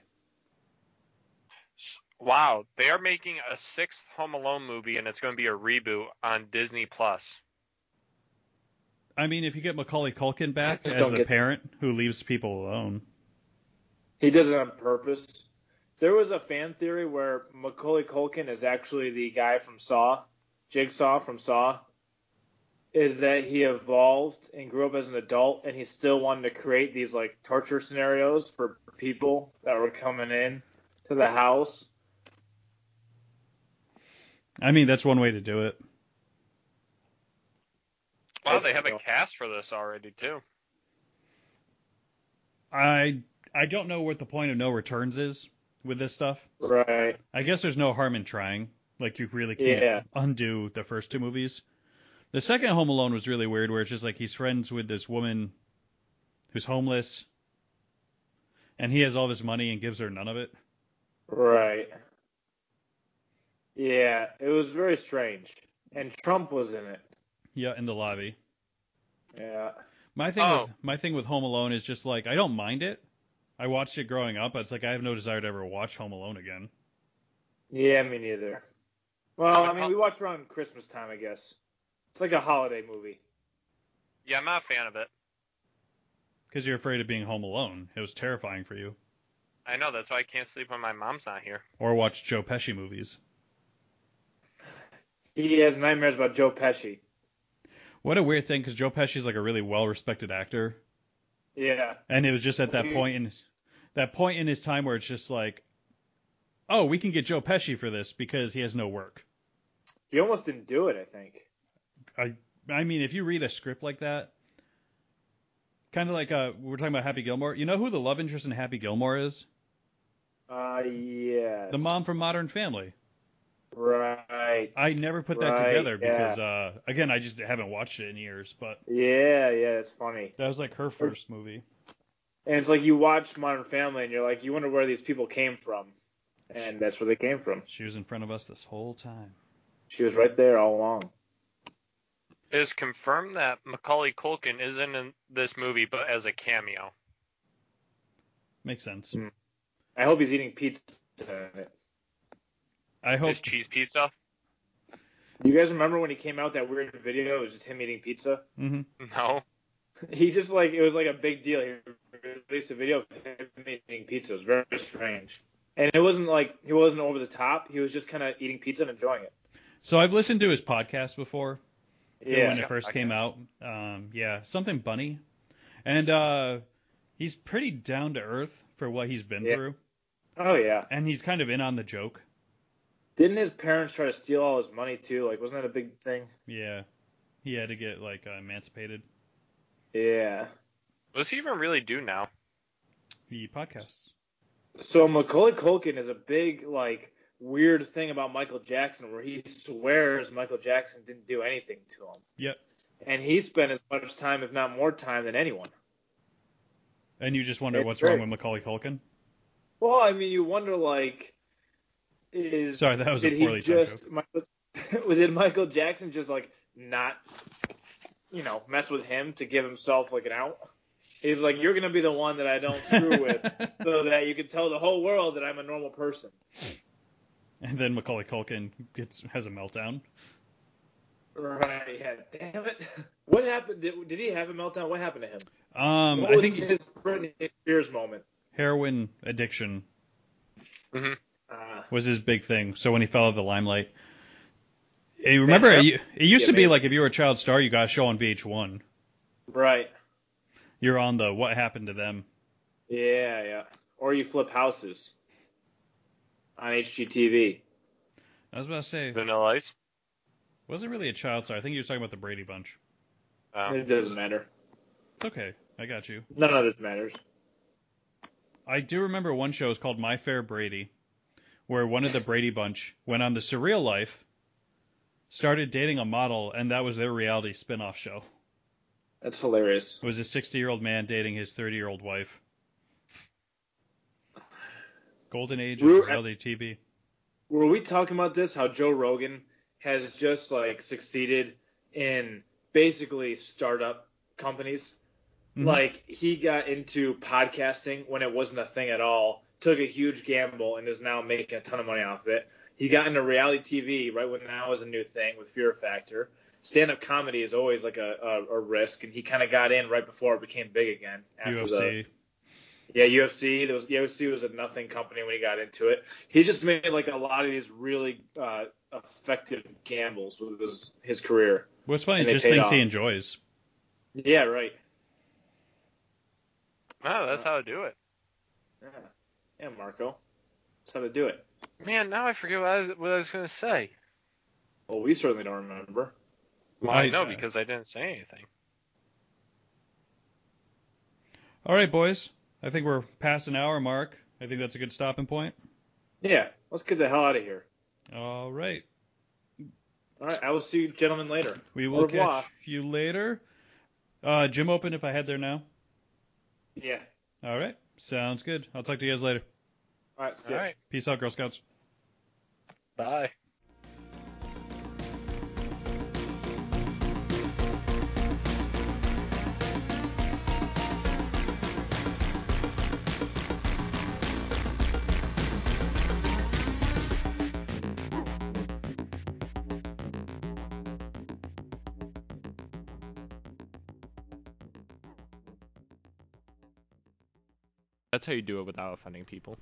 F: S- Wow, they are making a sixth Home Alone movie, and it's going to be a reboot on Disney Plus.
D: I mean, if you get Macaulay Culkin back
G: Just
D: as
G: don't
D: the
G: get-
D: parent who leaves people alone,
G: He does it on purpose. There was a fan theory where Macaulay Culkin is actually the guy from Saw, Jigsaw from Saw. Is that he evolved and grew up as an adult, and he still wanted to create these like torture scenarios for people that were coming in to the house.
D: I mean that's one way to do it.
F: Wow,
G: That's
F: they have a
G: cool.
F: cast for this already too.
D: I I don't know what the point of no returns is with this stuff.
G: Right.
D: I guess there's no harm in trying. Like you really can't
G: Yeah.
D: undo the first two movies. The second Home Alone was really weird, where it's just like he's friends with this woman who's homeless, and he has all this money and gives her none of it.
G: Right. Yeah, it was very strange. And Trump was in it.
D: Yeah, in the lobby.
G: Yeah.
D: My thing
F: Oh.
D: with my thing with Home Alone is just like I don't mind it. I watched it growing up, but it's like I have no desire to ever watch Home Alone again.
G: Yeah, me neither. Well, I mean, we watched around Christmas time, I guess. It's like a holiday movie.
F: Yeah, I'm not a fan of it.
D: Because you're afraid of being home alone. It was terrifying for you.
F: I know that's why I can't sleep when my mom's not here.
D: Or watch Joe Pesci movies.
G: He has nightmares about Joe Pesci.
D: What a weird thing, because Joe Pesci's like a really well-respected actor,
G: Yeah.
D: And it was just at that
G: Dude.
D: point in that point in his time where it's just like, oh, we can get Joe Pesci for this because he has no work.
G: He almost didn't do it, I think.
D: I mean, if you read a script like that, kind of like uh, we we're talking about Happy Gilmore. You know who the love interest in Happy Gilmore is?
G: Uh, yes.
D: The mom from Modern Family.
G: Right.
D: I never put that
G: Right,
D: together
G: yeah.
D: because, uh, again, I just haven't watched it in years. But
G: Yeah, yeah, it's funny.
D: that was like her first movie.
G: And it's like you watch Modern Family and you're like, you wonder where these people came from. And that's where they came from.
D: She was in front of us this whole time.
G: She was right there all along.
F: It is confirmed that Macaulay Culkin isn't in this movie, but as a cameo.
D: Makes sense.
G: Mm. I hope he's eating pizza. in it.
D: I hope
F: His cheese pizza.
G: You guys remember when he came out that weird video? It was just him eating pizza.
D: Mhm.
F: No.
G: He just like it was like a big deal. He released a video of him eating pizza. It was very strange, and it wasn't like he wasn't over the top. He was just kind of eating pizza and enjoying it.
D: So I've listened to his podcast before,
G: Yeah,
D: when it first came out. Um, yeah, something bunny, and uh, he's pretty down to earth for what he's been
G: Yeah.
D: through,
G: oh yeah.
D: and he's kind of in on the joke.
G: Didn't his parents try to steal all his money too? Like, wasn't that a big thing?
D: Yeah, He had to get like uh, emancipated.
G: Yeah.
F: What does he even really do now?
D: He podcasts.
G: So Macaulay Culkin is a big like weird thing about Michael Jackson where he swears Michael Jackson didn't do anything to him.
D: Yep.
G: And he spent as much time, if not more time, than anyone.
D: And you just wonder
G: It's
D: what's
G: great.
D: wrong with Macaulay Culkin.
G: Well, I mean, you wonder like, is
D: Sorry, that was a
G: did he
D: poorly timed
G: just Michael, did Michael Jackson just like not, you know, mess with him to give himself like an out? He's like, you're gonna be the one that I don't screw with, so that you can tell the whole world that I'm a normal person.
D: And then Macaulay Culkin gets has a meltdown.
G: Right? Yeah. Damn it. What happened? Did, did he have a meltdown? What happened to him?
D: Um,
G: what
D: I
G: was
D: think
G: his Britney Spears moment.
D: heroin addiction
G: Uh,
D: was his big thing. So when he fell out of the limelight, Eh, remember it, u- it used to be
G: amazing.
D: like if you were a child star, you got a show on VH1.
G: right.
D: You're on the What Happened to Them.
G: Yeah, yeah. Or you flip houses on HGTV.
D: I was about to say,
F: Vanilla Ice?
D: wasn't really a child star. I think you were talking about the Brady Bunch.
F: Oh.
G: It doesn't matter.
D: It's okay. I got you.
G: None of this matters.
D: I do remember one show is called My Fair Brady, where one of the Brady Bunch went on the Surreal Life, started dating a model, and that was their reality spin-off show.
G: That's hilarious.
D: It was a 60-year-old man dating his 30-year-old wife. Golden age of
G: We're-
D: reality TV.
G: Were we talking about this? How Joe Rogan has just like succeeded in basically startup companies.
D: Mhm.
G: Like he got into podcasting when it wasn't a thing at all, took a huge gamble, and is now making a ton of money off of it. He got into reality TV right when that was a new thing with Fear Factor. Stand up comedy is always like a, a, a risk, and he kind of got in right before it became big again. After The,
D: UFC.
G: yeah, UFC. There was UFC was a nothing company when he got into it. He just made like a lot of these really uh, effective gambles with his his career.
D: What's funny
G: and they
D: is just
G: paid
D: things he
G: off.
D: enjoys.
G: Yeah, right.
F: No, that's how to do it.
G: Yeah, yeah Marco. That's how to do it.
F: Man, now I forget what I was, what I was going to say.
G: Well, we certainly don't remember.
F: Well, I
D: I-
F: know because I didn't say anything.
D: All right, boys. I think we're past an hour mark. I think that's a good stopping point.
G: Yeah, let's get the hell out of here.
D: All right.
G: All right, I will see you gentlemen later.
D: We
G: Au
D: will
G: revoir.
D: catch you later. Uh, gym open if I head there now.
G: Yeah.
D: All right. Sounds good. I'll talk to you guys later.
G: All right. See
F: All
G: ya.
F: right.
D: Peace out, Girl Scouts.
F: Bye.
C: That's how you do it without offending people.